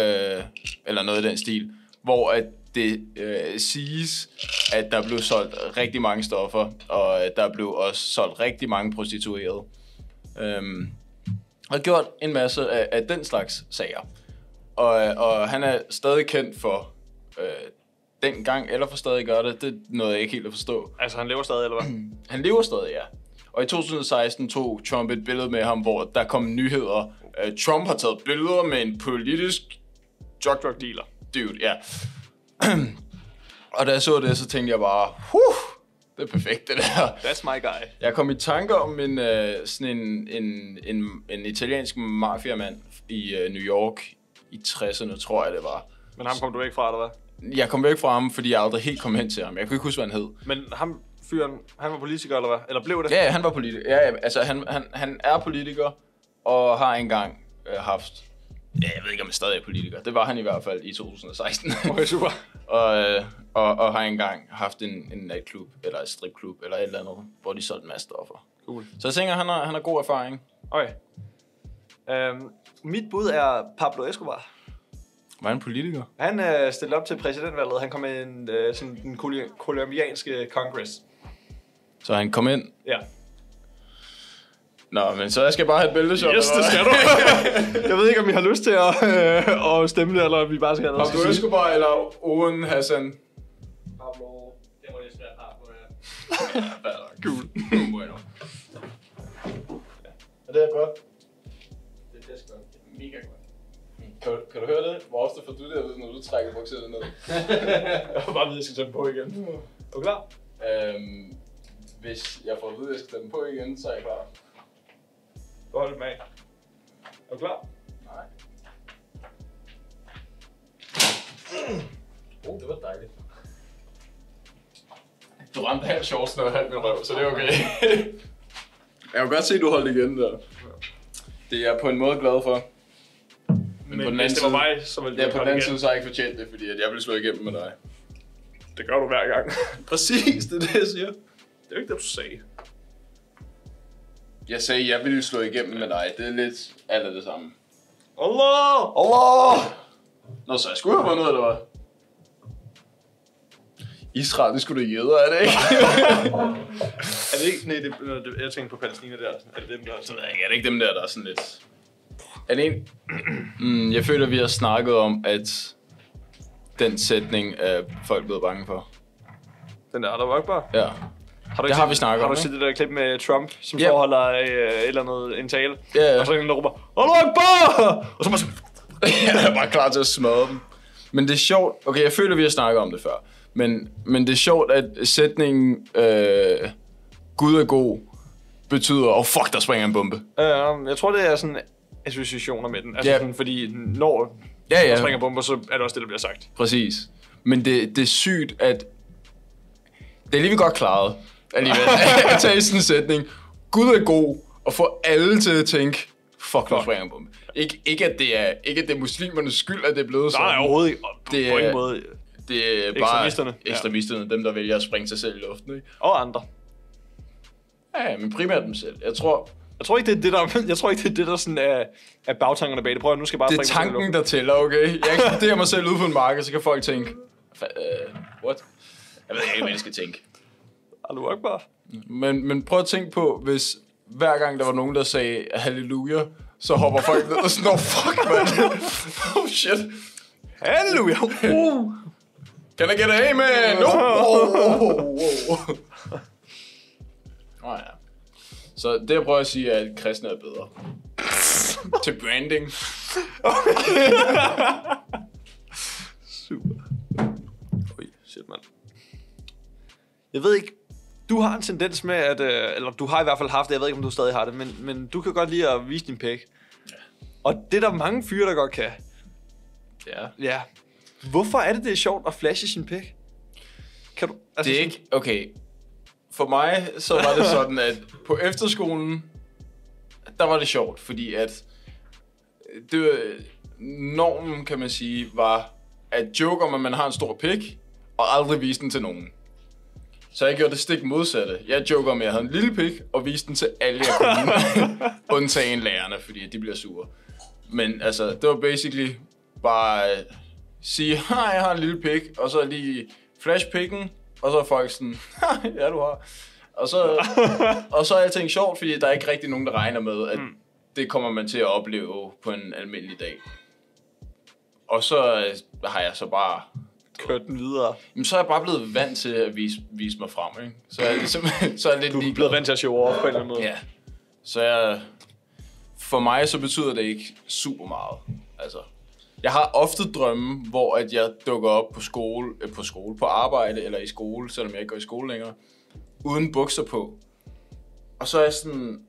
eller noget i den stil, hvor at det øh, siges, at der blev solgt rigtig mange stoffer, og at der blev også solgt rigtig mange prostituerede. Øhm, og gjort en masse af, af den slags sager. Og, og han er stadig kendt for øh, dengang, eller for stadig gør det, det nåede jeg ikke helt at forstå. Altså, han lever stadig, eller hvad? Han lever stadig, ja. Og i 2016 tog Trump et billede med ham, hvor der kom nyheder. Øh, Trump har taget billeder med en politisk drug drug dealer. Dude, ja. og da jeg så det, så tænkte jeg bare, huh, det er perfekt det der. That's my guy. Jeg kom i tanker om en, øh, sådan en, en, en, en italiensk mafiamand i øh, New York i 60'erne, tror jeg det var. Men ham kom du ikke fra, eller hvad? Jeg kom væk fra ham, fordi jeg aldrig helt kom hen til ham. Jeg kunne ikke huske, hvad han hed. Men ham fyren, han var politiker, eller hvad? Eller blev det? Ja, ja, han var politiker. Ja, ja, altså han, han, han er politiker og har engang øh, haft... Ja, jeg ved ikke, om han stadig er politiker. Det var han i hvert fald i 2016. Okay, super. og, øh, og, og har engang haft en, en natklub, eller en stripklub, eller et eller andet, hvor de solgte en masse stoffer. Cool. Så jeg tænker, han har, han har god erfaring. Okay. Øhm, mit bud er Pablo Escobar. Var han politiker? Han øh, stillede op til præsidentvalget. Han kom i en, øh, sådan den kol- kolumbianske kongress. Så han kom ind. Ja. Nå, men så jeg skal bare have et billede, så. du. jeg ved ikke, om I har lyst til at, øh, at stemme det, eller om vi bare skal have noget Pablo at sige. Escobar eller Owen Hassan? Pablo, det må næsten være Pablo, ja. Cool. bueno. Er det godt? Det er godt. Det er mega godt. Kan, du- kan du høre det? Hvor ofte får du det, her ud, når du trækker bukserne ned? Jeg var bare ved, at jeg skal tage på igen. Er du klar? Øhm, hvis jeg får at vide, at jeg skal tage den på igen, så er jeg klar. Du holder med. Er du klar? Nej. Oh, det var dejligt. Du ramte halv shorts, når halv min røv, så det er okay. jeg kan godt se, at du holdt igen der. Det er jeg på en måde glad for. Men, på den anden side- så ville Det er på den holde anden igen. side, så har jeg ikke fortjent det, fordi at jeg blev slået igennem med dig. Det gør du hver gang. Præcis, det er det, jeg siger. det er jo ikke det, du sagde. Jeg sagde, at jeg ville slå igennem med dig. Det er lidt alt af det samme. Allah! Allah! Nå, så jeg skulle have vundet, eller hvad? Israel, det skulle da jøder, er det ikke? Er det ikke? Nej, det, det, jeg tænkte på Palæstina der. Er det dem, der er det sådan? ved jeg ikke, er det ikke dem der, der er sådan lidt... Er det en... Mm, jeg føler, vi har snakket om, at den sætning er folk blevet bange for. Den der, der var ikke bare. Ja. Har du Det ikke har set- vi snakket har om, Har du ikke? set det der klip med Trump, som Ja. yep. holder øh, et eller andet, en tale? Ja, ja. Og så er der en, der råber, Allahu Akbar! Og så bare sådan, jeg er bare klar til at smadre dem. Men det er sjovt... Okay, jeg føler, vi har snakket om det før. Men, men det er sjovt, at sætningen... Øh, Gud er god betyder, åh oh, fuck, der springer en bombe. Øh, jeg tror, det er sådan associationer med den. Altså Ja. sådan, fordi når Ja, ja. der springer bomber, så er det også det, der bliver sagt. Præcis. Men det, det er sygt, at... Det er alligevel godt klaret, alligevel, at tage sådan en sætning. Gud er god, og få alle til at tænke, fuck, der springer en bombe. Ikke, ikke, at det er, ikke at det er muslimernes skyld, at det er blevet sådan. Nej, overhovedet ikke. Det Det, på er- ingen måde. Det er bare Ekstremisterne, ja. ekstremisterne, dem der vælger at springe sig selv i luften, ikke? Og andre. Ja, men primært dem selv. Jeg tror, Jeg tror ikke, det er det, der, jeg tror ikke, det er, det, der sådan er, er bagtankerne bag det. Prøv at nu skal jeg bare det er springe mig selv i tanken, luften. der tæller, okay? Jeg eksploderer mig selv ude på en marked, så kan folk tænke, "Fa- øh, what? Jeg ved ikke, hvad jeg skal tænke. Allahu Akbar. Men, men prøv at tænke på, hvis hver gang der var nogen, der sagde halleluja, så hopper folk ned og sådan, "Nå, fuck, man. oh, shit. Halleluja. Uh. Can I get an amen? No. Oh, oh, oh, oh. Oh, ja. Så det, jeg prøver at sige, er, at kristne er bedre. Til branding. Super. Oj, shit, mand. Jeg ved ikke, du har en tendens med at, øh, eller du har i hvert fald haft det, jeg ved ikke, om du stadig har det, men, men du kan godt lide at vise din pæk. Og det er der mange fyre, der godt kan. Ja. Ja. Hvorfor er det, det er sjovt at flashe sin pæk? Kan du, altså, Det er sådan- ikke... Okay. For mig, så var det sådan, at på efterskolen, der var det sjovt, fordi at... øh, Det, var- normen, kan man sige, var at joke om, at man har en stor pik, og aldrig vise den til nogen. Så jeg gjorde det stik modsatte. Jeg joker om, at jeg havde en lille pik, og viste den til alle, jeg kunne. undtagen lærerne, fordi de bliver sure. Men altså, det var basically bare øh, sige, hej, jeg har en lille pik, og så lige flash pikken, og så er folk sådan, "Ha, ja, du har. Og så, og så er alting sjovt, fordi der er ikke rigtig nogen, der regner med, at mm. det kommer man til at opleve på en almindelig dag. Og så øh, har jeg så bare kørt den videre. Jamen, så er jeg bare blevet vant til at vise, vise mig frem, ikke? Så er jeg, ligesom, så er jeg lidt Du er ligeglad. blevet vant til at show off på en eller anden måde. Ja. Så jeg, for mig så betyder det ikke super meget. Altså, jeg har ofte drømme, hvor at jeg dukker op på skole, øh, på skole, på arbejde eller i skole, selvom jeg ikke går i skole længere, uden bukser på. Og så er jeg sådan,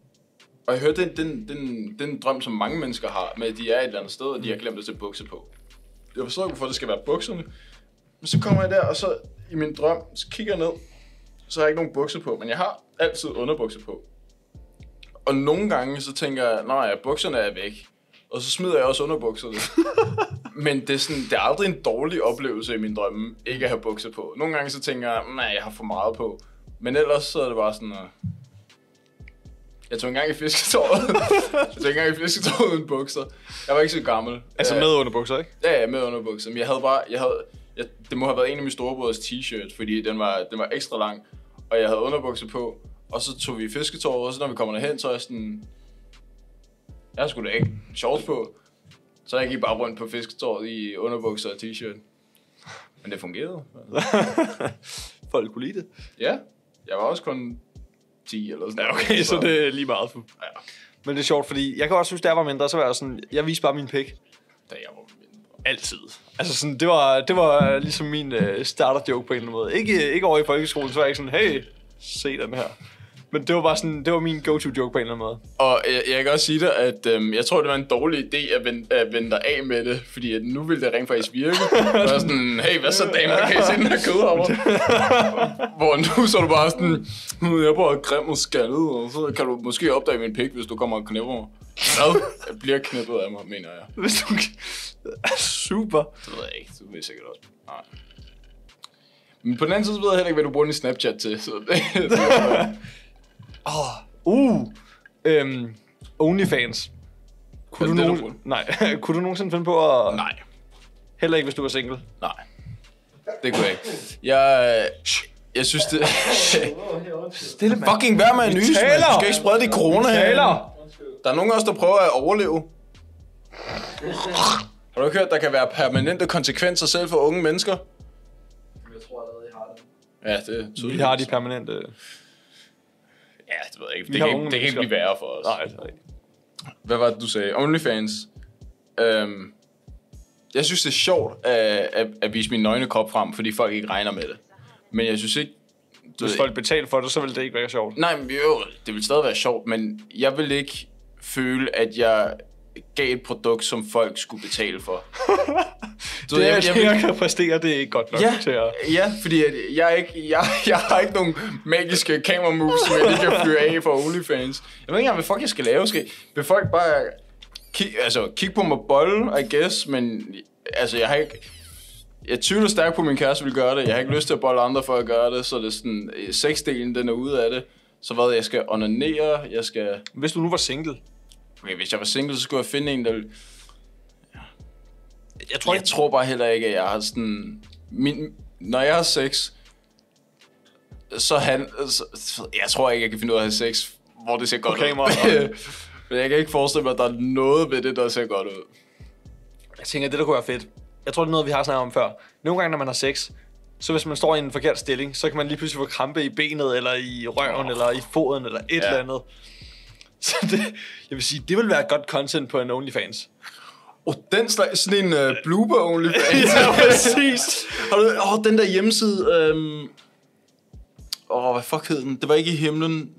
og jeg hørte den, den, den, den drøm, som mange mennesker har, med at de er et eller andet sted, og de har glemt at tage bukser på. Jeg forstår ikke, hvorfor det skal være bukserne. Men så kommer jeg der, og så i min drøm, så kigger jeg ned, så har jeg ikke nogen bukser på, men jeg har altid underbukser på. Og nogle gange, så tænker jeg, nej, ja, bukserne er væk. Og så smider jeg også underbukserne. Men det er, sådan, det er aldrig en dårlig oplevelse i min drømme, ikke at have bukser på. Nogle gange så tænker jeg, nej, jeg har for meget på. Men ellers så er det bare sådan, uh... jeg tog engang i fisketåret. jeg tog engang i fisketåret uden bukser. Jeg var ikke så gammel. Altså Øh, med underbukser, ikke? Ja, ja, med underbukser. Men jeg havde bare... Jeg havde, jeg, det må have været en af min storebrors t-shirt, fordi den var, den var ekstra lang. Og jeg havde underbukser på. Og så tog vi i fisketåret, og så når vi kommer derhen, så er jeg sådan... Jeg skulle da ikke shorts på. Så jeg gik bare rundt på fisketåret i underbukser og t-shirt. Men det fungerede. Folk kunne lide det. Ja, jeg var også kun 10 eller sådan Ja, okay, så det er lige meget. For... Ja. Men det er sjovt, fordi jeg kan også synes, der var mindre, så var jeg sådan, jeg viste bare min pik. Da jeg var mindre. Altid. Altså sådan, det var, det var ligesom min uh, starter joke på en eller anden måde. Ikke, øh, ikke over i folkeskolen, så var jeg ikke sådan, hey, se den her. Men det var bare sådan, det var min go-to joke på en eller anden måde. Og jeg, jeg kan også sige dig, at øhm, jeg tror, det var en dårlig idé at vende, at vende dig af med det, fordi at nu ville det rent faktisk virke. Og jeg var sådan, hey, hvad så damer, kan I se den her kød over? Hvor nu så er du bare sådan, "Hmm, jeg er bare grim og skaldet, og så kan du måske opdage min pik, hvis du kommer og knipper mig. Hvad? Jeg bliver knippet af mig, mener jeg. Hvis du... Super. Det ved jeg ikke, du ved sikkert også. Nej. Men på den anden side, så ved jeg heller ikke, hvad du bruger din Snapchat til. Så det, Uh. Øhm, Onlyfans. Kunne du, Er Altså det det, du nogen... bruger? Nej, kunne du nogensinde finde på at... nej. Heller ikke, hvis du var single. Nej. Det kunne jeg ikke. Jeg, øh, jeg synes det... Stille, mand. fucking vær med at nyse, mand. taler! Du skal ikke sprede det corona her. Taler! Der er nogen af os, der prøver at overleve. Har du ikke hørt, der kan være permanente konsekvenser selv for unge mennesker? Jeg tror allerede, jeg har det. Ja, det er tydeligt. Vi har de permanente... Ja, det ved jeg ikke. Vi Det har kan, ikke, unge det kan ikke mennesker. blive værre for os. Nej, altså, det er rigtigt. Hvad var det, du sagde? Onlyfans. Øhm, jeg synes, det er sjovt at, at, at vise min nøgne krop frem, fordi folk ikke regner med det. Men jeg synes ikke... Du Hvis ved- folk betalte for det, så ville det ikke være sjovt. Nej, men jo, det vil stadig være sjovt, men jeg vil ikke føle, at jeg gav et produkt, som folk skulle betale for. Du ved, Det, jeg, jeg, jeg, vil- jeg kan præstere, det er ikke godt nok ja, til at... ja, fordi at jeg, er ikke, jeg, jeg har ikke nogen magiske kameramoves, som jeg lige kan fyre af for OnlyFans. Jeg ved ikke engang, hvad fuck jeg skal lave. Skal, vil folk bare kig, altså, kigge på mig bolle, I guess, men altså, jeg har ikke... jeg tvivler stærkt på, at min kæreste vil gøre det. Jeg har ikke lyst til at bolle andre for at gøre det, så det er sådan, øh, sexdelen den er ude af det. Så hvad, jeg skal onanere, jeg skal... Hvis du nu var single. Okay, hvis jeg var single, så skulle jeg finde en, der ville... Jeg tror, tror, jeg tror bare heller ikke, at jeg har sådan... Min, når jeg har sex, så han... Så, jeg tror ikke, jeg kan finde ud af at have sex, hvor det ser godt Okay, ud. Morten. Men jeg kan ikke forestille mig, at der er noget ved det, der ser godt ud. Jeg tænker, det der kunne være fedt. Jeg tror, det er noget, vi har snakket om før. Nogle gange, når man har sex, så hvis man står i en forkert stilling, så kan man lige pludselig få krampe i benet, eller i røven, Åh. eller i foden, eller et Ja. eller andet. Så det, jeg vil sige, det vil være et godt content på en OnlyFans. Oh, den slags, sådan en uh, blooper only præcis. Har du, oh, den der hjemmeside, åh, øhm, oh, hvad fuck hed den? Det var ikke i himlen.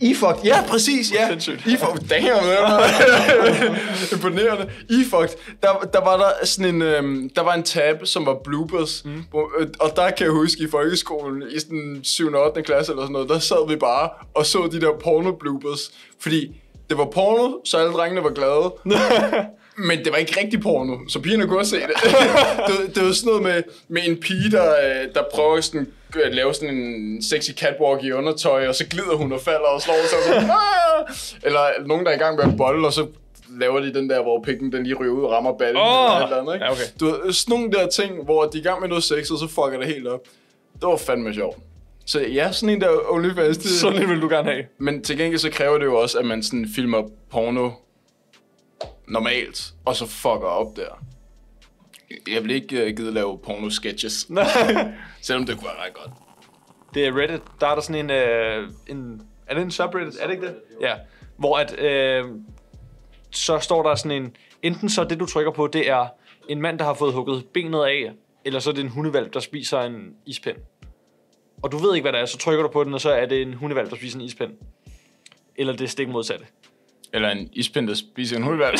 E-fucked, ja, præcis, ja. Sindssygt. E-fucked, damn, det var- imponerende. E-fucked, der, der var der sådan en, øhm, der var en tab, som var bloopers, mm. hvor, øh, og der kan jeg huske i folkeskolen, i sådan 7. og 8. klasse eller sådan noget, der sad vi bare og så de der porno bloopers, fordi det var porno, så alle drengene var glade, men det var ikke rigtig porno, så pigerne kunne også se det. det, det var sådan noget med, med en pige, der, øh, der prøver sådan, øh, at lave sådan en sexy catwalk i undertøj, og så glider hun og falder og slår sig. Sådan, "Ah!" eller nogen, der er i gang med at bolle, og så laver de den der, hvor pikken den lige ryger ud og rammer ballen Åh! eller et eller andet, ikke? Ja, okay. Du ved, sådan nogle der ting, hvor de er i gang med noget sex, og så fucker det helt op. Det var fandme sjovt. Så ja, sådan en der OnlyFans, det, Sådan en vil du gerne have. men til gengæld så kræver det jo også, at man sådan filmer porno normalt, og så fucker op der. Jeg vil ikke uh, gide lave porno-sketches, selvom det kunne være ret godt. det er Reddit, der er der sådan en, øh, en er det en subreddit, er det ikke det? Ja, hvor at, øh, så står der sådan en, enten så det du trykker på, det er en mand, der har fået hugget benet af, eller så er det en hundevalp, der spiser en ispind. Og du ved ikke, hvad det er, så trykker du på den, og så er det en hundevalp, der spiser en ispind. Eller det er stik modsatte. Eller en ispind, der spiser en hulvalg.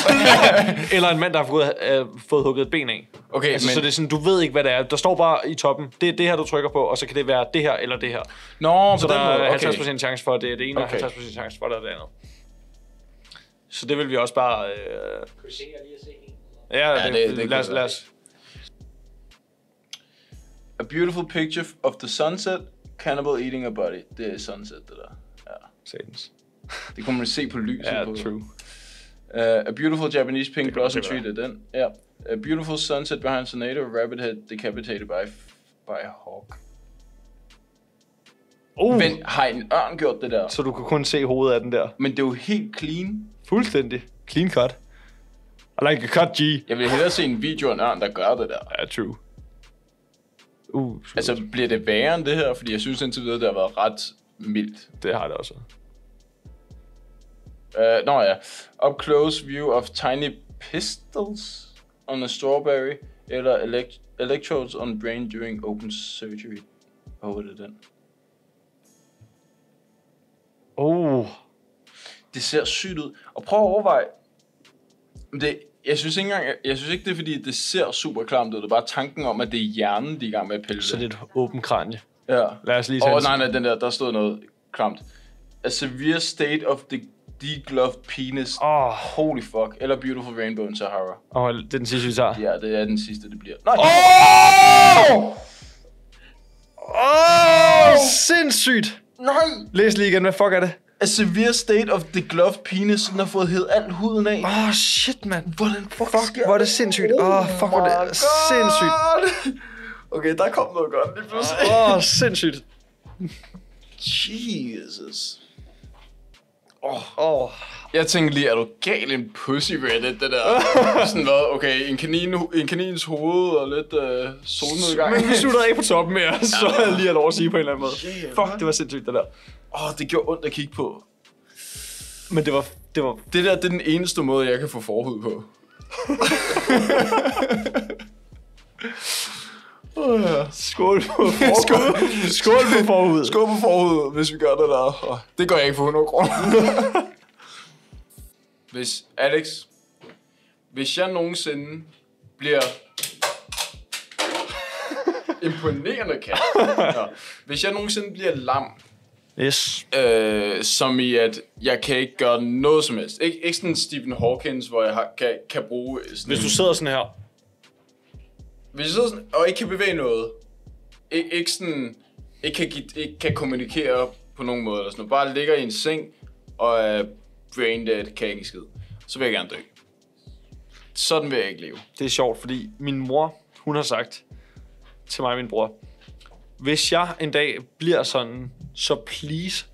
Eller en mand, der har fået, øh, fået hugget et ben af. Okay, Altså, men... Så det er sådan, du ved ikke, hvad det er. Der står bare i toppen, det er det her, du trykker på, og så kan det være det her eller det her. Nå, Så der er okay. 50% chance for, at det er det ene, Okay. og 50% chance for, at det er det andet. Så det vil vi også bare... Øh, Kunne I tænke jer lige at se en? ja, Ja, ja, det, det- det det, kunne det, lad, os, være. lad os... A beautiful picture of the sunset, cannibal eating a body. Det er sunset, det der. Ja. Satans. Det kunne man se på lyset Ja, på. true. Uh, a beautiful Japanese pink blossom det tree, være. det er den. Ja. A beautiful sunset behind tornado, rabbit head decapitated by, by hawk. Uh, Men har en ørn gjort det der? Så du kunne kun se hovedet af den der. Men det er jo helt clean. Fuldstændig. Clean cut. I like a cut, G. Jeg vil hellere se en video af en ørn, der gør det der. Ja, true. Uh, true. Altså, bliver det værre end det her? Fordi jeg synes indtil videre, det har været ret mildt. det har det også. Uh, nå ja. Up close view of tiny pistols on a strawberry, eller elect electrodes on brain during open surgery. Åh, oh, det er den. Oh. det ser sygt ud. Og prøv at overveje, Men det, jeg synes ikke engang, jeg, jeg synes ikke det er fordi, det ser super klamt ud. Det er bare tanken om, at det er hjernen, de er i gang med at pille Så ved. det er et åbent kranje. Ja. Lad os lige Åh, tage oh, en- nej, nej, den der, der stod noget klamt. A severe state of the degloved penis. Oh. Åh, Holy fuck. Eller Beautiful Rainbow in Sahara. oh. oh, det er den sidste, vi tager. Ja, det er den sidste, det bliver. Nej, Åh! Oh! Åh, sindssygt! nej! Læs lige igen, hvad fuck er det? A severe state of the gloved penis. Den har fået hed alt huden af. Åh, oh, shit, mand. Hvordan fuck, Fuck, hvor er det sindssygt. Åh, oh, fuck, hvor er det sindssygt. Okay, der kom noget godt lige pludselig. Åh, oh, sindssygt. Jesus. Åh, oh, Jeg tænkte lige, er du gal en pussy Reddit, det der? Sådan hvad, okay, en, kanin, en kanins hoved og lidt øh, solnedgang. men vi slutter ikke på toppen mere, så er jeg lige lov at sige på en eller anden måde. Yeah, Fuck, det var sindssygt, det der. Åh, oh, det gjorde ondt at kigge på. Men det var, det var, Det der, det er den eneste måde, jeg kan få forhud på. Åh, ja. skål på forhud. skål, skål på forhud. Skål på forhud, hvis vi gør det der. Og det gør jeg ikke for 100 kroner. hvis, Alex, hvis jeg nogensinde bliver imponerende kat. Nå. Hvis jeg nogensinde bliver lam, Yes. Øh, som i, at jeg kan ikke gøre noget som helst. Ik- ikke sådan Stephen Hawkins, hvor jeg har, kan, kan bruge øh, sådan Hvis en- du sidder sådan her, Hvis jeg sidder sådan, og ikke kan bevæge noget, ikke, ikke sådan, ikke kan, give, ikke kan kommunikere på nogen måde eller sådan noget, bare ligger i en seng og er brain dead, kan ikke en skid, så vil jeg gerne dø. Sådan vil jeg ikke leve. det er sjovt, fordi min mor, hun har sagt til mig og min bror, hvis jeg en dag bliver sådan, så please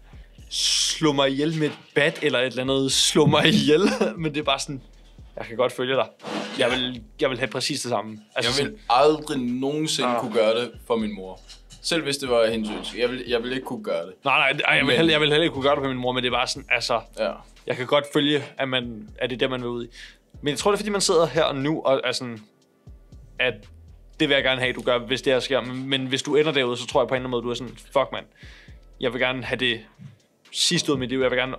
slå mig ihjel med et bat eller et eller andet, slå mig ihjel, men det er bare sådan, jeg kan godt følge dig. Jeg vil, jeg vil have præcis det samme. Jeg Altså, vil aldrig nogensinde Ah. kunne gøre det for min mor. Selv hvis det var hendes ønske. Jeg vil, jeg vil ikke kunne gøre det. Nej, nej, nej jeg, vil Men- heller, jeg vil heller ikke kunne gøre det på min mor, men det er bare sådan, altså, Ja. jeg kan godt følge, at, man, at det er det, man vil ud i. Men jeg tror, det er, fordi man sidder her og nu, og er sådan, at det vil jeg gerne have, du gør, hvis det her sker. Men, men hvis du ender derude, så tror jeg på en eller anden måde, du er sådan, fuck mand, jeg vil gerne have det sidste ud af mit liv, jeg vil gerne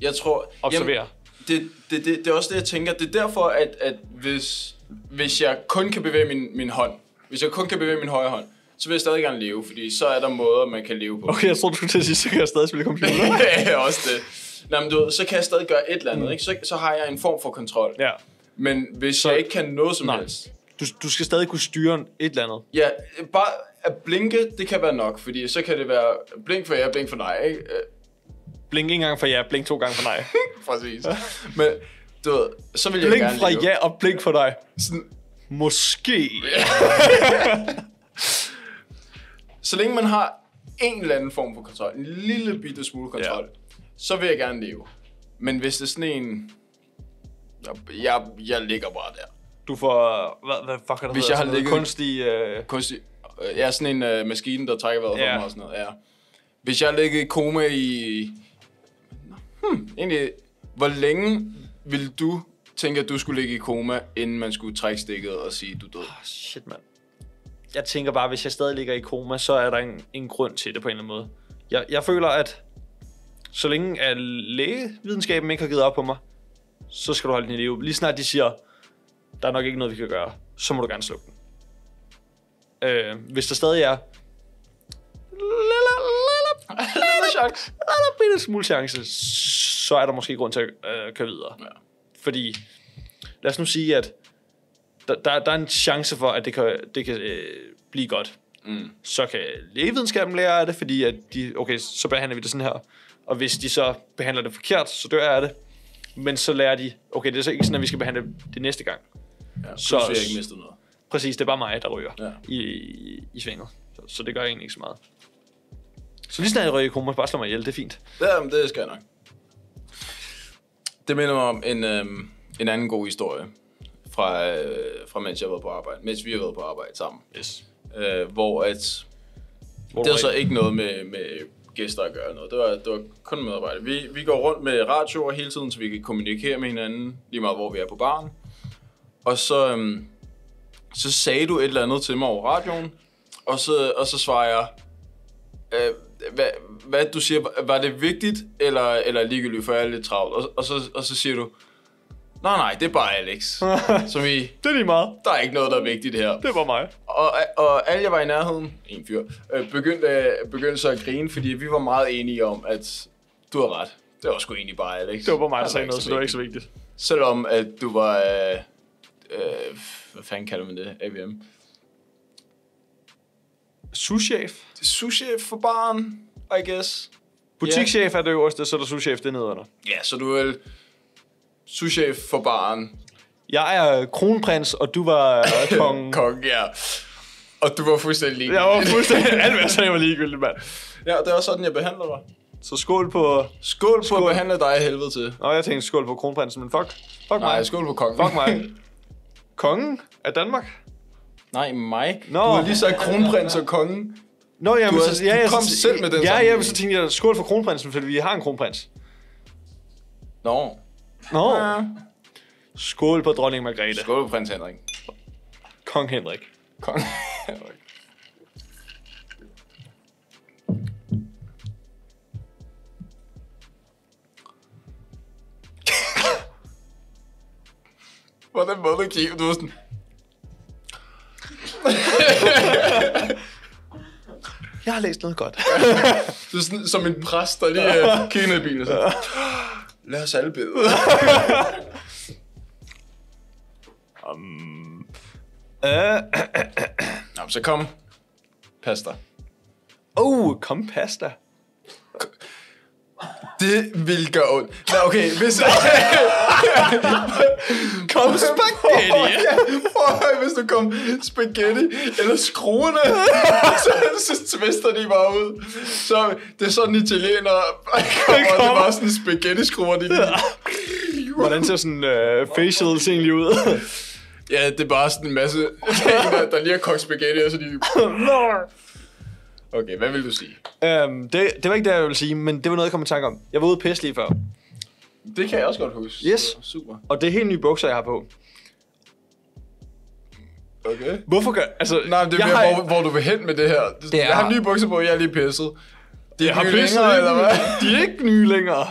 Jeg tror... observere. Jamen, det, det, det, det er også det, jeg tænker. Det er derfor, at, at hvis, hvis jeg kun kan bevæge min, min hånd, hvis jeg kun kan bevæge min højre hånd, så vil jeg stadig gerne leve, fordi så er der måder, man kan leve på. Okay, jeg tror, du skulle til at sige, så kan jeg stadig spille computer. ja, også det. Nå, men du ved, så kan jeg stadig gøre et eller andet, ikke? Så, så har jeg en form for kontrol. Mm. ja. Men hvis så, jeg ikke kan noget som Nej. helst, Du, du skal stadig kunne styre et eller andet. Ja, øh, bare at blinke, det kan være nok, fordi så kan det være blink for ja, blink for nej, ikke? Øh, Blink en gang for ja, blink to gange for nej. Præcis. Men du ved, så vil jeg Blink gerne fra leve. ja og blink for dig. Sådan, Måske. så længe man har en eller anden form for kontrol, en lille bitte smule kontrol, ja. så vil jeg gerne leve. Men hvis det er sådan en... Jeg, jeg, jeg ligger bare der. Du får, hvad, hvad fuck er det Hvis hedder, jeg har sådan noget ligget- kunstig... Øh, Kunstig, øh, jeg er sådan en øh, maskine, der trækker vejret Ja. for mig og sådan noget. Ja. Hvis jeg ligger i koma i... Hmm, egentlig, hvor længe vil du tænke, at du skulle ligge i koma, inden man skulle trække stikket og sige, du er død? Shit, mand. Jeg tænker bare, hvis jeg stadig ligger i koma, så er der en, en grund til det på en eller anden måde. Jeg, jeg føler, at så længe at lægevidenskaben ikke har givet op på mig, så skal du holde den i live. Lige snart de siger, der er nok ikke noget, vi kan gøre, så må du gerne slukke den. Øh, hvis der stadig er... Lille, lille, lille, chance, lille bitte smule chance, så er der måske grund til at øh, køre videre. Ja. Fordi, lad os nu sige, at der, der, der er en chance for, at det kan, det kan øh, blive godt. Mm. Så kan lægevidenskaben lære af det, fordi at de, okay, så behandler vi det sådan her. Og hvis de så behandler det forkert, så dør jeg af det. Men så lærer de, okay, det er så ikke sådan, at vi skal behandle det næste gang. Ja, Ah, Så- så har jeg ikke mistet noget. Præcis, det er bare mig, der ryger Ja. i, i, i svinget. Så, så det gør egentlig ikke så meget. Så lige snart jeg ryger i koma, bare slå mig ihjel, det er fint. Ja, men det skal jeg nok. Det minder mig om en, øhm, en anden god historie, fra, øh, fra mens jeg har været på arbejde, mens vi har været på arbejde sammen. Yes. Øh, hvor at Hvor Det har så ikke noget med, med gæster at gøre noget. Det var, det var kun medarbejdere. Vi, vi går rundt med radioer hele tiden, så vi kan kommunikere med hinanden, lige meget hvor vi er på baren. Og så, øhm, så sagde du et eller andet til mig over radioen, og så, og så svarer jeg, øh, hvad, hvad du siger, var det vigtigt eller, eller ligegyldigt, for jeg er lidt travlt. Og, og, så, og så siger du, nej nej, det er bare Alex. Som i, Det er lige meget. der er ikke noget, der er vigtigt her. Det var mig. Og, og alle, jeg var i nærheden, en fyr, øh, begyndte, øh, begyndte så at grine, fordi vi var meget enige om, at du har ret. Det var sgu egentlig bare Alex. Det var bare mig, der Han sagde noget, så det var ikke så vigtig. vigtigt. Selvom at du var... Øh, øh, hvad fanden kalder man det? AVM. Souschef. Souschef for barn, I guess. Butikschef er det øverste, så er der souschef, det er nedenunder. Ja, så du er vel souschef for barn. Jeg er kronprins, og du var øh, kongen. Kong, ja. Og du var fuldstændig jeg var fuldstændig alt, hvad jeg sagde, var ligegyldigt, mand. Ja, det var sådan, jeg behandler dig. Så skål på... Skål på at behandle dig af helvede til. Nå, jeg tænkte skål på kronprinsen, men fuck. Fuck Nej, mig. skål på kongen. Fuck mig. Kongen af Danmark? Nej, mig. Nå. Du har lige sagt kronprins og konge. Nå, jamen, Du er- så, du jeg, kom så, selv med den Ja, sammenligning. ja, men så tænkte jeg, skål for kronprinsen, fordi vi har en kronprins. Nå. Nå. Skål på dronning Margrethe. Skål, prins Henrik. Kong Henrik. Kong Henrik. På den måde kigger du var sådan... Jeg jeg har læst noget godt. Det er sådan, som en præst, der lige øh, kigger ned i bilen og sådan, lad os alle bede. um, øh, Nå, men så kom. Pas dig. oh, kom pasta. Det vil gøre ondt. Nå, okay, hvis... Kom spaghetti. Ja, prøv at høre, hvis du kom spaghetti eller skruerne, så, så tvister de bare ud. Så det er sådan italiener, kommer, og det er bare sådan spaghetti-skruer, de lige... Hvordan ser sådan øh, facials egentlig ud? Ja, det er bare sådan en masse, der, der lige har kogt spaghetti, og så de... Okay, hvad vil du sige? øhm, det, det var ikke det, jeg ville sige, men det var noget, jeg kom i tanke om. Jeg var ude at pisse lige før, Det kan jeg også godt huske. Yes. Super. og det er helt nye bukser, jeg har på. Okay. Hvorfor gør... Altså, Nej, men det er jeg mere, har- hvor, hvor, du vil hen med det her. Det Det er... Jeg har er- nye bukser på, jeg er lige pisset. Det er Jeg har nye pisset længere, eller hvad? De er ikke nye længere.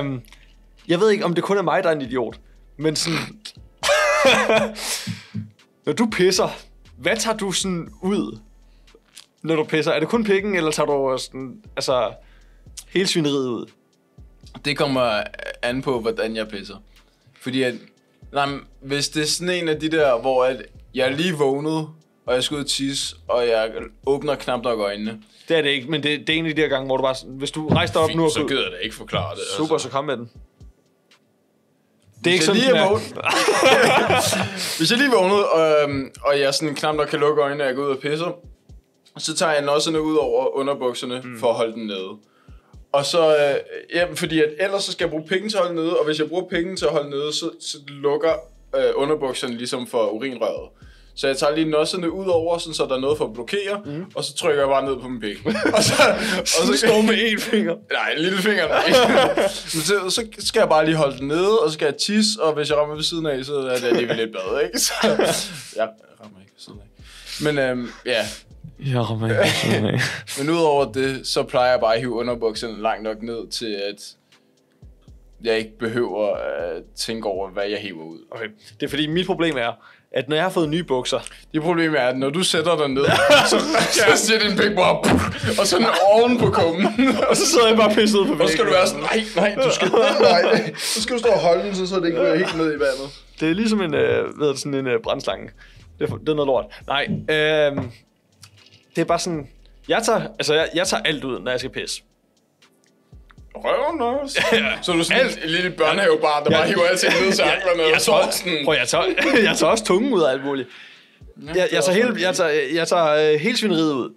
Um, jeg ved ikke, om det kun er mig, der er en idiot. Men sådan... når du pisser, hvad tager du sådan ud, når du pisser? Er det kun pikken, eller tager du sådan, altså, hele svineriet ud? Det kommer an på, hvordan jeg pisser. Fordi at, nej, men hvis det er sådan en af de der, hvor at jeg er lige vågnet, og jeg skal ud og tisse, og jeg åbner knap nok øjnene. Det er det ikke, men det, det er en af de der gange, hvor du bare sådan, hvis du rejser dig op nu og går ud, jeg da ikke forklare det. altså. super, så kom med den. Det er Hvis ikke sådan, jeg, lige den er er. vågnet, hvis jeg lige er vågnet, øhm, og jeg sådan knap nok kan lukke øjnene, og jeg går ud og pisser, så tager jeg nosserne ud over underbukserne mm. for at holde den nede. Og så, øh, jamen, fordi at ellers så skal jeg bruge penge til at holde nede, og hvis jeg bruger penge til at holde nede, så, så lukker øh, underbukserne ligesom for urinrøret. Så jeg tager lige nosserne ud over, sådan, så der er noget for at blokere, mm. og så trykker jeg bare ned på min pik. og så, og Og så står med én finger. Nej, en lille finger. nej. Men så, så skal jeg bare lige holde den nede, og så skal jeg tisse, og hvis jeg rammer ved siden af, så er det alligevel lidt bad, ikke? Så, jeg rammer ikke ved siden af. Men øhm, ja, Jeg rammer ikke. men udover det, så plejer jeg bare at hive underbukserne langt nok ned til, at jeg ikke behøver at tænke over, hvad jeg hiver ud. Okay, det er fordi, mit problem er, at når jeg har fået nye bukser, Det problem er, at når du sætter dig ned, så, så siger din pik bare, "Puh," og så den oven på kummen. Og så sidder jeg bare pisset ud på væggen. Og så skal du være sådan, nej, nej, du skal, nej. Så skal du stå og holde den, så, så det ikke bliver helt ned i vandet. Det er ligesom en, øh, hvad er det, sådan en øh, brændslange. Det er, for- det er noget lort. Nej, øh, det er bare sådan... Jeg tager, altså, jeg, jeg tager alt ud, når jeg skal pisse. Røven også. Så er du sådan alt. en lille børnehavebarn, der bare hiver alting ned til anklerne. jeg, og jeg, tager, sådan- prøv, jeg, tager, jeg tager også tungen ud af alt muligt. Jeg, jeg, tager, hele, jeg, tager, jeg tager øh, hele svineriet ud.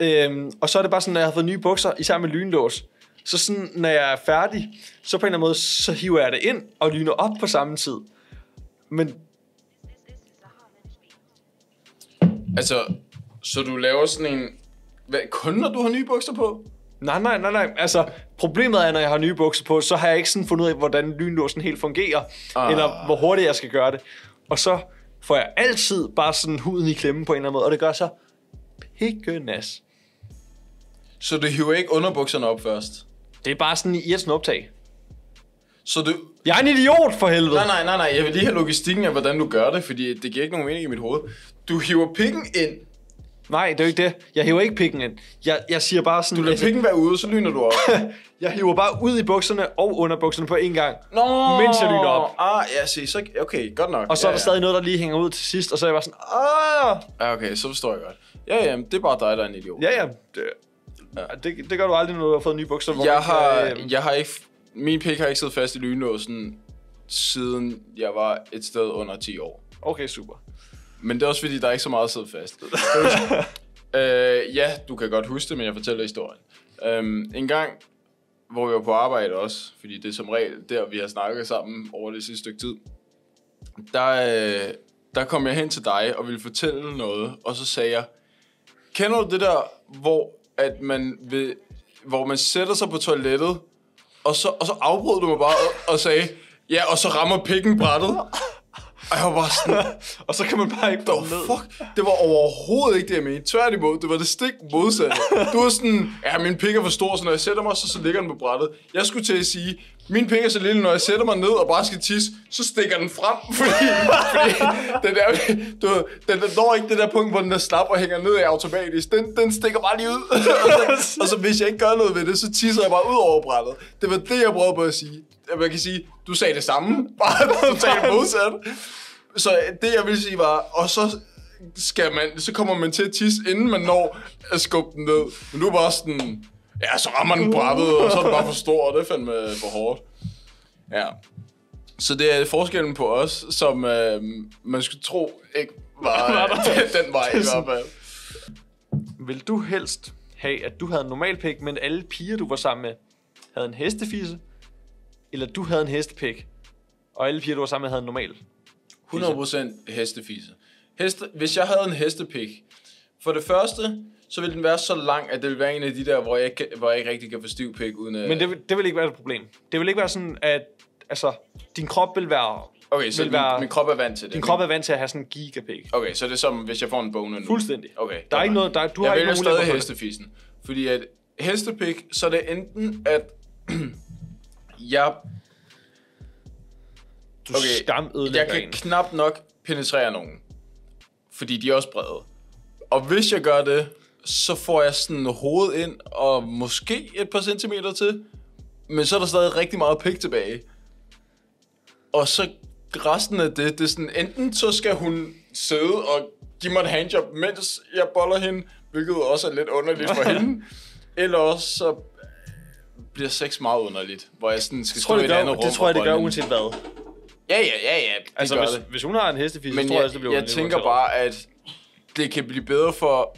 Øhm, og så er det bare sådan, når jeg har fået nye bukser, især med lynlås, så sådan, når jeg er færdig, så på en eller anden måde, så hiver jeg det ind og lyner op på samme tid. Men Altså, så du laver sådan en... Hvad, kun når du har nye bukser på? Nej, nej, nej, nej. Altså, problemet er, når jeg har nye bukser på, så har jeg ikke sådan fundet ud af, hvordan lynlåsen helt fungerer, Ah. ah. eller hvor hurtigt jeg skal gøre det. Og så får jeg altid bare sådan huden i klemme på en eller anden måde, og det gør så pikkenas. Så du hiver ikke underbukserne op først? Det er bare sådan i et optag. Så du... Jeg er en idiot for helvede. Nej, nej, nej, nej. Jeg vil lige have logistikken af, hvordan du gør det, fordi det giver ikke nogen mening i mit hoved. Du hiver pikken ind. nej, det er jo ikke det. Jeg hiver ikke pikken ind. Jeg, jeg siger bare sådan... Du lader pikken være ude, så lyner du op. jeg hiver bare ud i bukserne og under bukserne på en gang. Nå! Mens jeg lyner op. Ah, ja, se, så... Okay, godt nok. Og så ja, er der ja. Ah! stadig noget, der lige hænger ud til sidst, og så er jeg bare sådan... "Ah, Åh! Ja, okay, så forstår jeg godt. Ja, ja, men det er bare dig, der er en idiot. Ja, ja. Det, det, det gør du aldrig, når du har fået nye bukser. hvor du Jeg ikke har, kan, øh, jeg har ikke... Min pik har ikke siddet fast i lynlåsen, siden jeg var et sted under 10 år. Okay, super. Men det er også fordi, der er ikke så meget at sidde fast. øh, ja, du kan godt huske det, men jeg fortæller historien. Øhm, en gang, hvor vi var på arbejde også, fordi det er som regel der, vi har snakket sammen over det sidste stykke tid, der, øh, der kom jeg hen til dig og ville fortælle noget, og så sagde jeg, kender du det der, hvor, at man, ved, hvor man sætter sig på toilettet, og så, og så afbrød du mig bare og, og sagde, ja, og så rammer pikken brættet. Og jeg var bare sådan, Og så kan man bare ikke Oh, dumme ned. fuck. Det var overhovedet ikke det, jeg mente. Tværtimod, det var det stik modsatte. Du var sådan, ja, min pik er for stor, så når jeg sætter mig, så, så ligger den på brættet. Jeg skulle til at sige, Min penge er så lille, når jeg sætter mig ned og bare skal tisse, så stikker den frem, fordi, fordi den, er, du, ved, den, den når ikke det der punkt, hvor den der slap og hænger ned af automatisk. Den, den stikker bare lige ud. og, så, og så hvis jeg ikke gør noget ved det, så tisser jeg bare ud over brættet. Det var det, jeg prøvede på at sige. Man kan sige, du sagde det samme, bare totalt modsat. Så øh, det, jeg vil sige var, og så skal man, så kommer man til at tisse, inden man når at skubbe den ned. Men nu er bare sådan, ja, så rammer den brættet, og så er den bare for stor, og det er fandme for hårdt. Ja. Så det er forskellen på os, som øh, man skulle tro ikke var, Var var der? den vej i hvert fald. Vil du helst have, at du havde en normal pik, men alle piger, du var sammen med, havde en hestefisse? Eller du havde en hestepik, og alle piger, du var sammen med, havde en normal? 100% hestefise. Heste, hvis jeg havde en hestepik, for det første, så ville den være så lang, at det ville være en af de der, hvor jeg, ikke kan- hvor jeg ikke rigtig kan få stiv pik, uden øh, at... Men det, vil- det vil ikke være et problem. Det vil ikke være sådan, at altså, din krop vil være... okay, så vil min, være- min, krop er vant til det. Din Min- krop er vant til at have sådan en gigapik. Okay, så det er som, hvis jeg får en boner nu. Fuldstændig. Okay. Der er ikke noget- der- du jeg har ikke vælger nogen ulemper stadig på det. hestefisen. Fordi at hestepik, så er det enten, at jeg, Du Okay, okay, jeg skamødelægger kan en. knap nok penetrere nogen. Fordi de er også brede. Og hvis jeg gør det, så får jeg sådan hovedet ind, og måske et par centimeter til. Men så er der stadig rigtig meget pik tilbage. Og så resten af det, det er sådan, enten så skal hun sidde og give mig en handjob, mens jeg boller hende, hvilket også er lidt underligt for hende. Eller også så bliver sex meget underligt, hvor jeg sådan skal Jeg tror, stå i det, et gør, andet rum. det tror jeg, og det gør bolle hende. uanset hvad. Ja, ja, ja, ja. Det Altså, gør hvis, det. hvis hun har en hestefisse, Men så tror jeg, jeg, også, det jeg, bliver jeg underligt tænker uanset bare, at det kan blive bedre for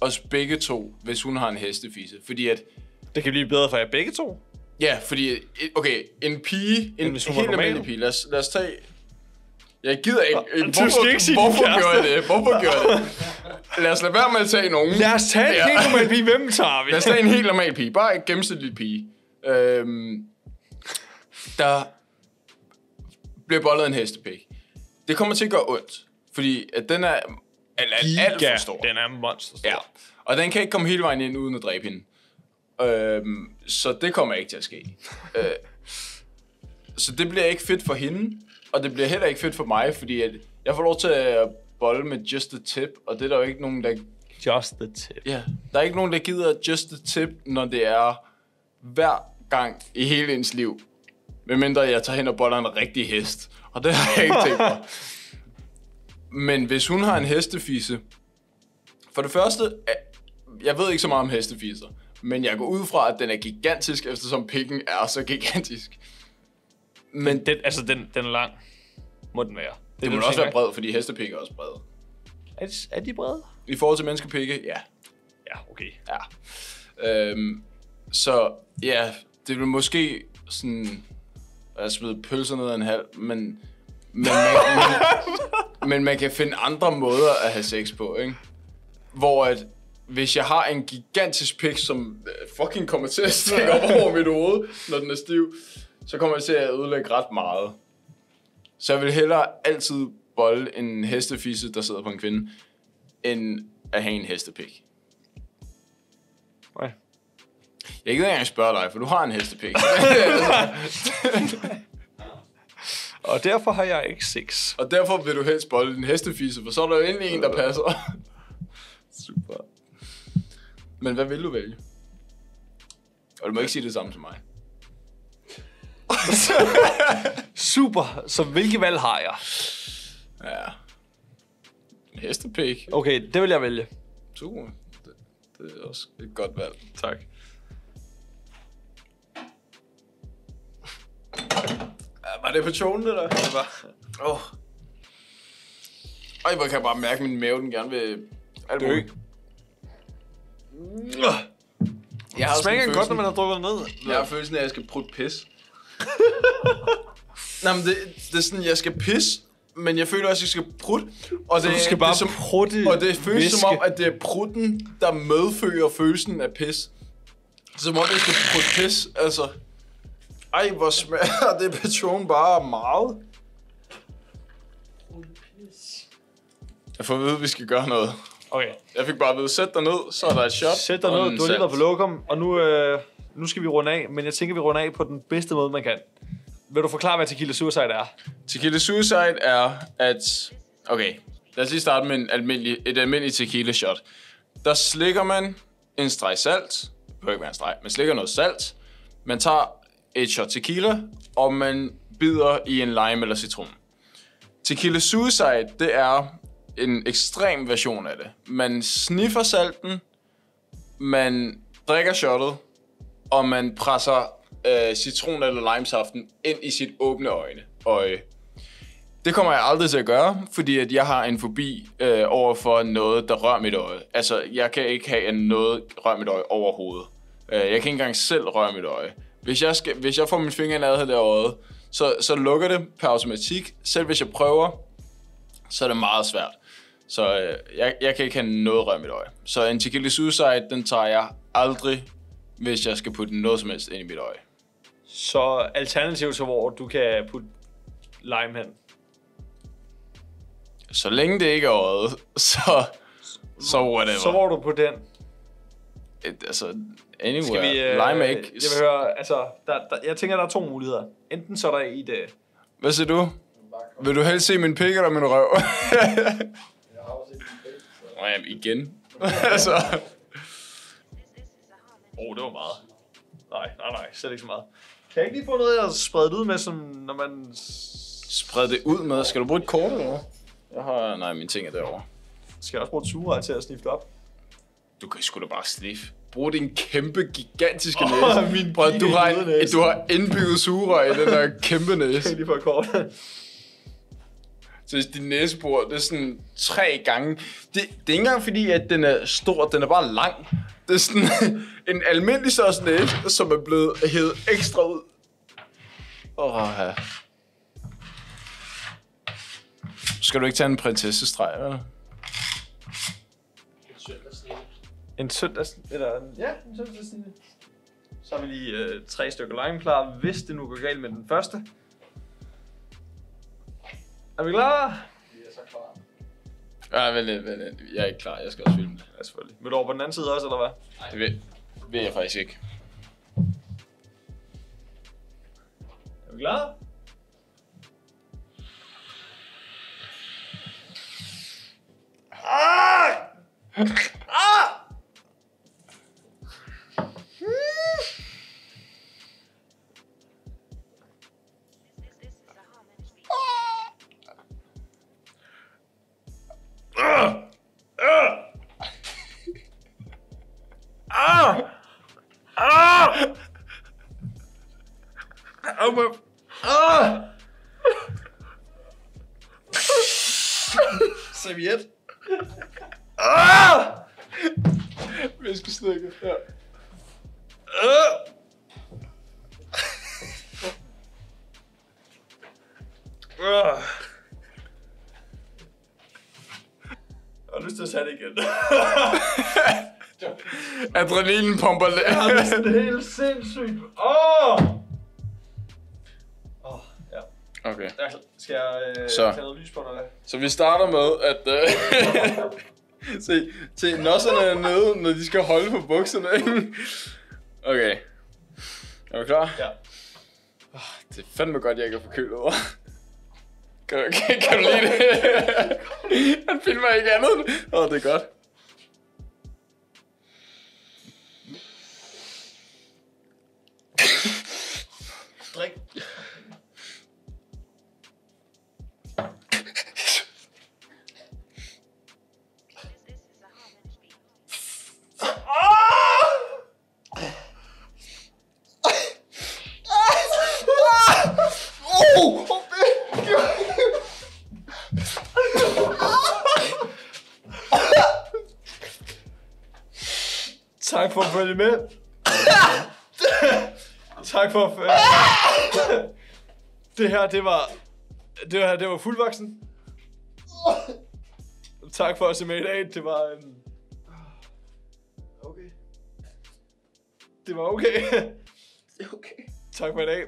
os begge to, hvis hun har en hestefisse. Fordi at, hvad. Det kan blive bedre for jer begge to. ja, fordi, okay, en pige, en hvis helt hun var normal? almindelig pige, lad os, lad os tage... Jeg gider ikke... øh, Du skal ikke sige din hvorfor kæreste. gjorde jeg det? Hvorfor gjorde jeg det? Lad os lade være med at tage nogen. Lad os tage Ja. ja. helt normalt pige. Hvem tager vi? Lad os tage en helt normal pige. Bare en gennemsnitlig pige. Øhm, der bliver bollet en hestepik. Det kommer til at gøre ondt. Fordi at den er al, al, alt for stor. Den er monster stor. Ja. Og den kan ikke komme hele vejen ind uden at dræbe hende. Øhm, så det kommer ikke til at ske. øh, så det bliver ikke fedt for hende. Og det bliver heller ikke fedt for mig, fordi at jeg får lov til at bolle med just a tip. Og det er der jo ikke nogen, der Just the tip. Ja, der er ikke nogen, der gider just the tip, når det er hver gang i hele ens liv. Medmindre jeg tager hen og boller en rigtig hest. Og det har jeg ikke tænkt mig. Men hvis hun har en hestefisse... For det første, øh, jeg ved ikke så meget om hestefiser. Men jeg går ud fra, at den er gigantisk, eftersom pikken er så gigantisk. Men det, Den, altså, den, den er lang. Må den være. Det, det må også være bred, fordi hestepikke er også brede. Er de, er de brede? I forhold til menneskepikke, ja, Ja, okay. Ja. Øhm, så ja, det vil måske sådan... Jeg smider pølser ned ad en halv, men... Men man, men, men man kan finde andre måder at have sex på, ikke? Hvor at, hvis jeg har en gigantisk pik, som øh, fucking kommer til at stikke op over mit hoved, når den er stiv, så kommer jeg til at ødelægge ret meget. Så jeg vil hellere altid bolde en hestefisse, der sidder på en kvinde, end at have en hestepik. okay. Jeg gider ikke engang spørge dig, for du har en hestepik. Og derfor har jeg ikke sex. og derfor vil du helst bolde din hestefise, for så er der jo endelig en, der passer. Super. Men hvad vil du vælge? Og du må ikke sige det samme til mig. Super. Så hvilke valg har jeg? Ja. En hestepik. Okay, det vil jeg vælge. Super. Det, det er også et godt valg. Tak. Ja, var det på tjonen, det der? Det var. Åh. Oh. Ej, hvor kan jeg bare mærke, at min mave den gerne vil... Alt Dø. muligt. Jeg har Det også en smager ikke godt, følelse- når man har drukket det ned. Jeg har følelsen af, at jeg skal prutte pis. Nej, men det, det er sådan, jeg skal pis, men jeg føler også, at jeg skal prutte. Og det, Du skal bare det er som, prutte og det føles væske. som om, at det er prutten, der medfører følelsen af pis. Som om, jeg skal prutte pis, altså. Ej, hvor smager det patron bare meget. Jeg får at vide, at vi skal gøre noget. Okay. Jeg fik bare at vide, sæt dig ned, så er der et shot. Sæt dig og ned, en du har lige salt. været på lokum, og nu, øh, nu skal vi runde af, men jeg tænker, vi runder af på den bedste måde, man kan. Vil du forklare, hvad Tequila Suicide er? Tequila Suicide er, at... Okay, lad os lige starte med en almindelig, et almindeligt tequila shot. Der slikker man en streg salt. Det behøver ikke være en streg. Man slikker noget salt. Man tager et shot tequila, og man bider i en lime eller citron. Tequila Suicide, det er en ekstrem version af det. Man sniffer salten, man drikker shottet, og man presser øh, citron- eller limesaften ind i sit åbne øjne. øje. Det kommer jeg aldrig til at gøre, fordi at jeg har en fobi øh, over for noget, der rører mit øje. Altså, jeg kan ikke have, at noget rører mit øje overhovedet. Øh, jeg kan ikke engang selv røre mit øje. Hvis jeg, skal, hvis jeg får min finger i nærheden af øjet, så, så lukker det per automatik. Selv hvis jeg prøver, så er det meget svært. Så øh, jeg, jeg kan ikke have noget rør i mit øje. Så en tequila suicide, den tager jeg aldrig, hvis jeg skal putte noget som helst ind i mit øje. Så alternativ til, hvor du kan putte lime hen. Så længe det ikke er øjet, så, så whatever. Så hvor du på den. Et, altså, anywhere. Skal vi, øh, Lime er ikke... Jeg vil høre, altså, der, der, jeg tænker, der er to muligheder. Enten så er der et, øh, Hvad siger du? Vil du helst se min pik eller min røv? Jeg har også en pæk, så... Nå, jamen, igen. altså, Åh, oh, det var meget. Nej, nej, nej, slet ikke så meget. Kan jeg ikke lige få noget, jeg sprede det ud med, som når man... s- spred det ud med. Skal du bruge et kort eller hvad? Jeg har... Nej, mine ting er derovre. Skal jeg også bruge et sugerør til at snifte op? Du kan sgu da bare sniffe. Brug din kæmpe, gigantiske Åh, næse. min Prøv, bitte du, har lille en, næse. du har indbygget sugerør i den der kæmpe Kan jeg næse. lige få et kort? Så hvis din næsebor, det er sådan tre gange. Det, det er ikke engang fordi, at den er stor, den er bare lang. Det er sådan en almindelig størrelse næse, som er blevet hævet ekstra ud. Åh, ja. Skal du ikke tage en prinsessestreg, eller? En søndagssnit. en søndags... Eller, en- ja, en søndagslinie. Så har vi lige øh, tre stykker lime klar, hvis det nu går galt med den første. Er vi klar? Vi er så klar. Nej, Ah, vent lidt, vent lidt. Jeg er ikke klar, jeg skal også filme det. Ja, selvfølgelig. Vil du over på den anden side også, eller hvad? Det ved, ved jeg faktisk ikke. Er vi klar? Ah! Ah! Oh my... Serviet. Ah! Væskesnække, ja. Øh. Jeg har lyst til at tage det igen. Adrenalin pumper lidt. det er helt sindssygt. Åh! Oh! Åh, oh, ja. Okay, Der, skal jeg øh, Så. tage noget lys på, eller hvad? så vi starter med, at... Uh, se, se, nosserne er nede, når de skal holde på bukserne, ikke? Okay. Er du klar? Ja. Det er fandme godt, jeg ikke er forkølet over. Kan, du- kan, kan du lide det? Han filmer ikke andet. Åh, oh, det er godt. Drik. Tak for at følge med. tak for at følge Det her, det var... Det her, det var fuldvoksen. Tak for at se med i dag. Det var... øhm, Okay. Det var okay. Okay. tak for i dag.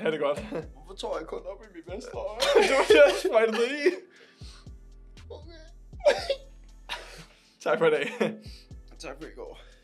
Ha' det godt. Hvorfor tror jeg kun op i mit venstre øje? det var jeg spejlet i. Tak for i dag. tak for i går.